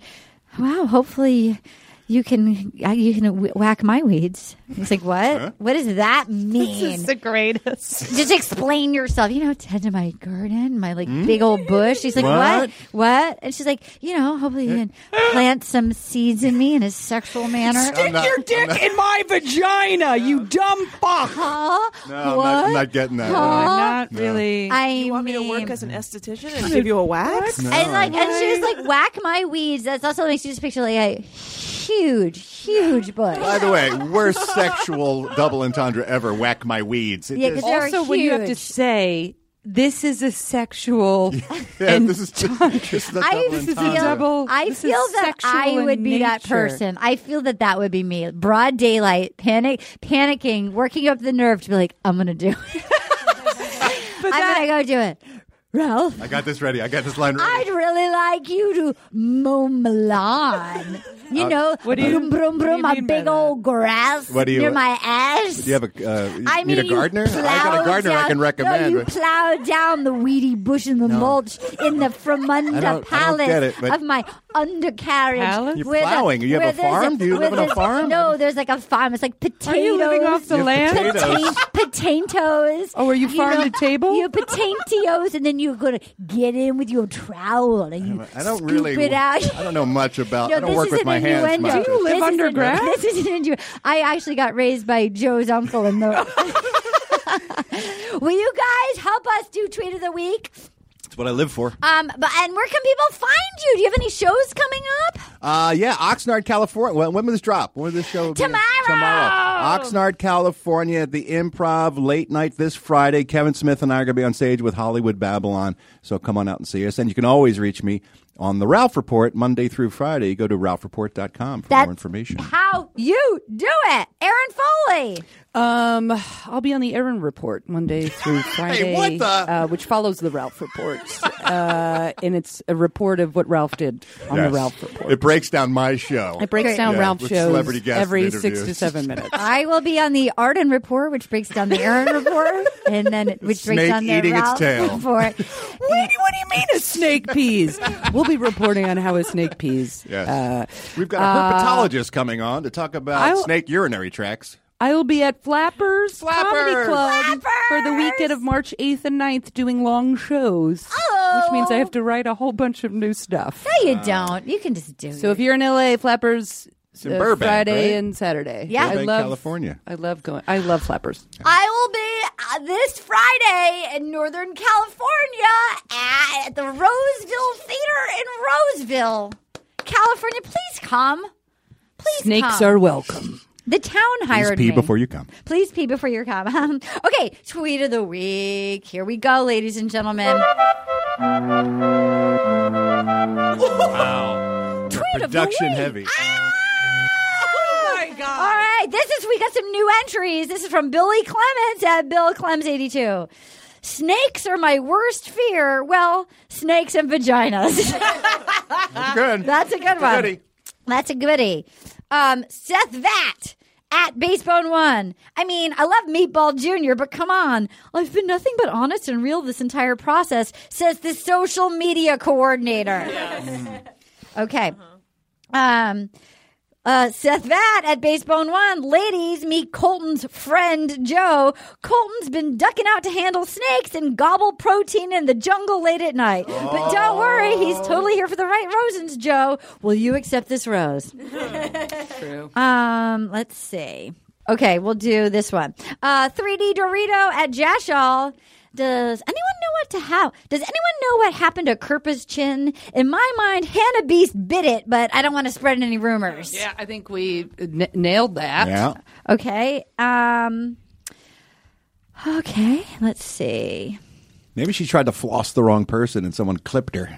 Wow! Hopefully." You can uh, you can wh- whack my weeds. He's like, what? What does that mean?
the greatest.
Just explain yourself. You know, tend to my garden, my like
Hmm?
big old bush. She's like, what?
What?
what? And she's like, you know, hopefully you can plant some seeds in me in a sexual manner.
Stick your dick in my vagina, you dumb fuck.
Huh?
No, I'm not, I'm not getting that.
Huh?
not really.
I
You want me to work as an esthetician and give you a wax?
and like, and she was like, "Whack my weeds." That's also makes you just picture like a huge, huge bush.
By the way, worst sexual double entendre ever. Whack my weeds. It
Yeah,
is-
'cause they're
also when you have to
huge.
say this is a sexual. and
this is just the
I
I
this is
feel,
a double.
I
this is
feel that
sexual
I
in
would be that
nature.
person. I feel that that would be me. Broad daylight, panic, panicking, working up the nerve to be like, I'm gonna do it. I'm gonna go do it. Ralph,
I got this ready. I got this line ready.
I'd really like you to mow my lawn. You
Uh,
know,
what do you-
broom, broom, broom, my big old grass
What do you-
near my ass.
Do you have a? Uh, you
I
need
mean,
a gardener?
You
I got
plow
a gardener
down,
I can recommend.
No, you plow down the weedy bush and the mulch in the
I
Fremunda
don't- I don't
palace
get it, but-
of my undercarriage.
Palace? You're
where the-
plowing. You have
where
a
there's
farm? Do you
where
live on a
there's-
farm?
No, there's like a farm. It's like potatoes.
Are you living off the You have land? potatoes.
Pota- potatoes.
Oh, are you farm to table?
You have potatoes, and then you're gonna get in with your trowel and you
I don't
scoop
really.
it out.
I don't know much about.
No,
I don't
this
work
is
with
an
my hands
innuendo.
much.
This is an- this is an innuendo. I actually got raised by Joe's uncle in the. Will you guys help us do tweet of the week?
It's what I live for.
Um, but and where can people find you? Do you have any shows coming up?
Uh, yeah, Oxnard, California. When, when will this drop? When will this show? be?
Tomorrow!
Tomorrow. Oxnard, California at the Improv late night this Friday. Kevin Smith and I are going to be on stage with Hollywood Babylon. So come on out and see us. And you can always reach me on the Ralph Report Monday through Friday. Go to ralphreport.com for
That's
more information.
How you do it, Aaron Foley?
Um, I'll be on the Aaron Report Monday through Friday,
what the-
Uh, which follows the Ralph Report, uh, and it's a report of what Ralph did on
Yes.
the Ralph Report.
It breaks down my show.
It breaks down
Yeah,
Ralph
with
shows
celebrity guests and
every six to
interviews.
seven minutes.
I will be on the Arden Report, which breaks down the Aaron Report, and then which breaks
Snake
down the
eating its
Ralph
tail.
Report.
Wait, what do you mean a snake pees? We'll be reporting on how a snake pees.
Yes.
Uh,
We've got
uh,
a herpetologist coming on to talk about
I'll-
snake urinary tracts.
I will be at Flappers, Comedy
Flappers!
Club for the weekend of March 8th and 9th doing long shows, which means
Oh.
I have to write a whole bunch of new stuff.
No, you don't. You can just do
So if you're in LA, Flappers
in
uh,
Burbank,
Friday
right?
and Saturday.
Yeah.
I
Burbank,
love
California.
I love going. I love Flappers.
I will be uh, this Friday in Northern California at the Roseville Theater in Roseville, California. Please come. Please
Snakes
come.
are welcome.
The town hired
pee
me.
before you come.
Please pee before you come. Um, okay, tweet of the week. Here we go, ladies and gentlemen.
wow.
Tweet of the
Production
week.
heavy.
Oh my god! All right, this is we got some new entries. This is from Billy Clements at Bill Clems eighty two. Snakes are my worst fear. Well, snakes and vaginas. That's
good.
That's a good one.
Goodie.
That's a goodie. Um, Seth Vatt at Basebone One. I mean, I love Meatball Jr., but come on. I've been nothing but honest and real this entire process, says the social media coordinator. Okay. Um, uh, Seth Vatt at Basebone One. Ladies, meet Colton's friend Joe. Colton's been ducking out to handle snakes and gobble protein in the jungle late at night. But don't worry, he's totally here for the right rosins, Joe. Will you accept this rose?
True.
Um, let's see. Okay, we'll do this one. Uh, 3D Dorito at Jashal. Does anyone know what to how? Does anyone know what happened to Kerpa's chin? In my mind, Hannah Beast bit it, but I don't want to spread any rumors.
Yeah, I think we uh, n- nailed that.
Yeah. Okay. Um. Okay. Let's see.
Maybe she tried to floss the wrong person and someone clipped her.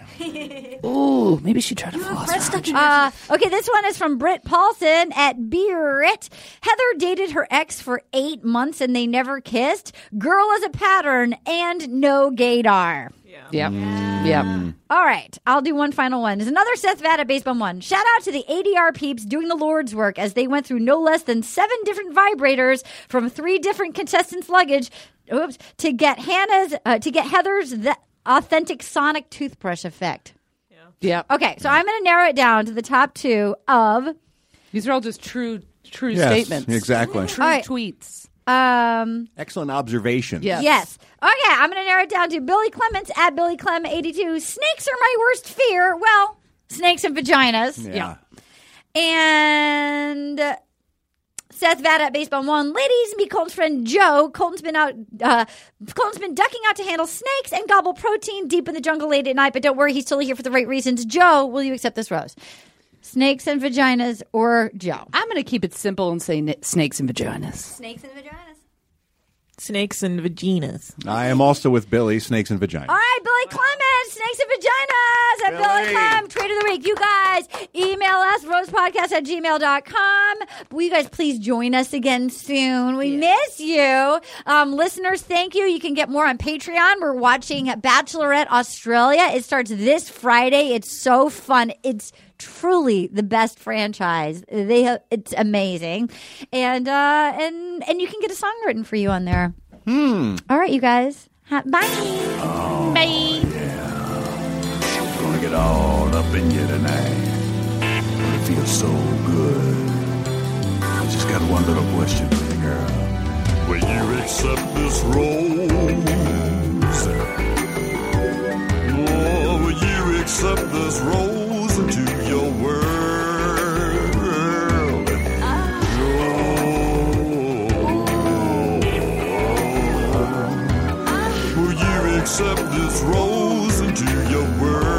Ooh, maybe she tried to floss.
Uh, okay, this one is from Britt Paulson at Beer It. Heather dated her ex for eight months and they never kissed. Girl is a pattern and no gaydar.
Yep.
Mm.
Yep.
All right, I'll do one final one. There's another Seth Vatt at Baseball One. Shout out to the ADR peeps doing the Lord's work as they went through no less than seven different vibrators from three different contestants' luggage, oops, to get Hannah's, uh, to get Heather's the authentic sonic toothbrush effect.
Yep.
Okay, so I'm going to narrow it down to the top two of
These are all just true, true
Yes,
statements.
exactly.
True
All right.
tweets.
um,
Excellent observation.
Yes. Okay, I'm going to narrow it down to Billy Clements at Billy Clem 82. Snakes are my worst fear. Well, snakes and vaginas.
Yeah.
And uh, Seth Vatt at Baseball One. Ladies, meet Colton's friend Joe. Colton's been out. Uh, Colton's been ducking out to handle snakes and gobble protein deep in the jungle late at night. But don't worry, he's totally here for the right reasons. Joe, will you accept this rose? Snakes and vaginas, or Joe?
I'm going to keep it simple and say n- snakes and vaginas.
Snakes and vaginas.
Snakes and vaginas.
I am also with Billy, Snakes and Vagina.
All right, Billy Clemens, Snakes and Vaginas at Billy,
Billy.
Clem, Tweet of the Week. You guys, email us, rosepodcast at gmail.com. Will you guys please join us again soon? We miss you. Um, listeners, thank you. You can get more on Patreon. We're watching Bachelorette Australia. It starts this Friday. It's so fun. It's truly the best franchise. They have, it's amazing. And, uh, and, and you can get a song written for you on there.
Hmm.
All right, you guys. Ha- Bye. Bye.
Gonna get all up in you tonight. It feels so good. I just got one little question for you, girl. Will you accept this rose? Oh, will you accept this rose into your world? Oh, will you accept this rose into your world?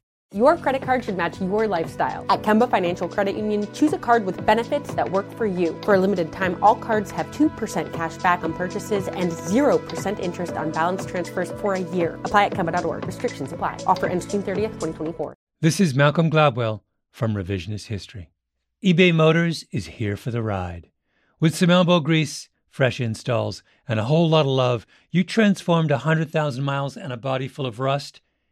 Your credit card should match your lifestyle. At Kemba Financial Credit Union, choose a card with benefits that work for you. For a limited time, all cards have 2% cash back on purchases and 0% interest on balance transfers for a year. Apply at Kemba.org. Restrictions apply. Offer ends June 30th, 2024.
This is Malcolm Gladwell from Revisionist History. eBay Motors is here for the ride. With some elbow grease, fresh installs, and a whole lot of love, you transformed a 100,000 miles and a body full of rust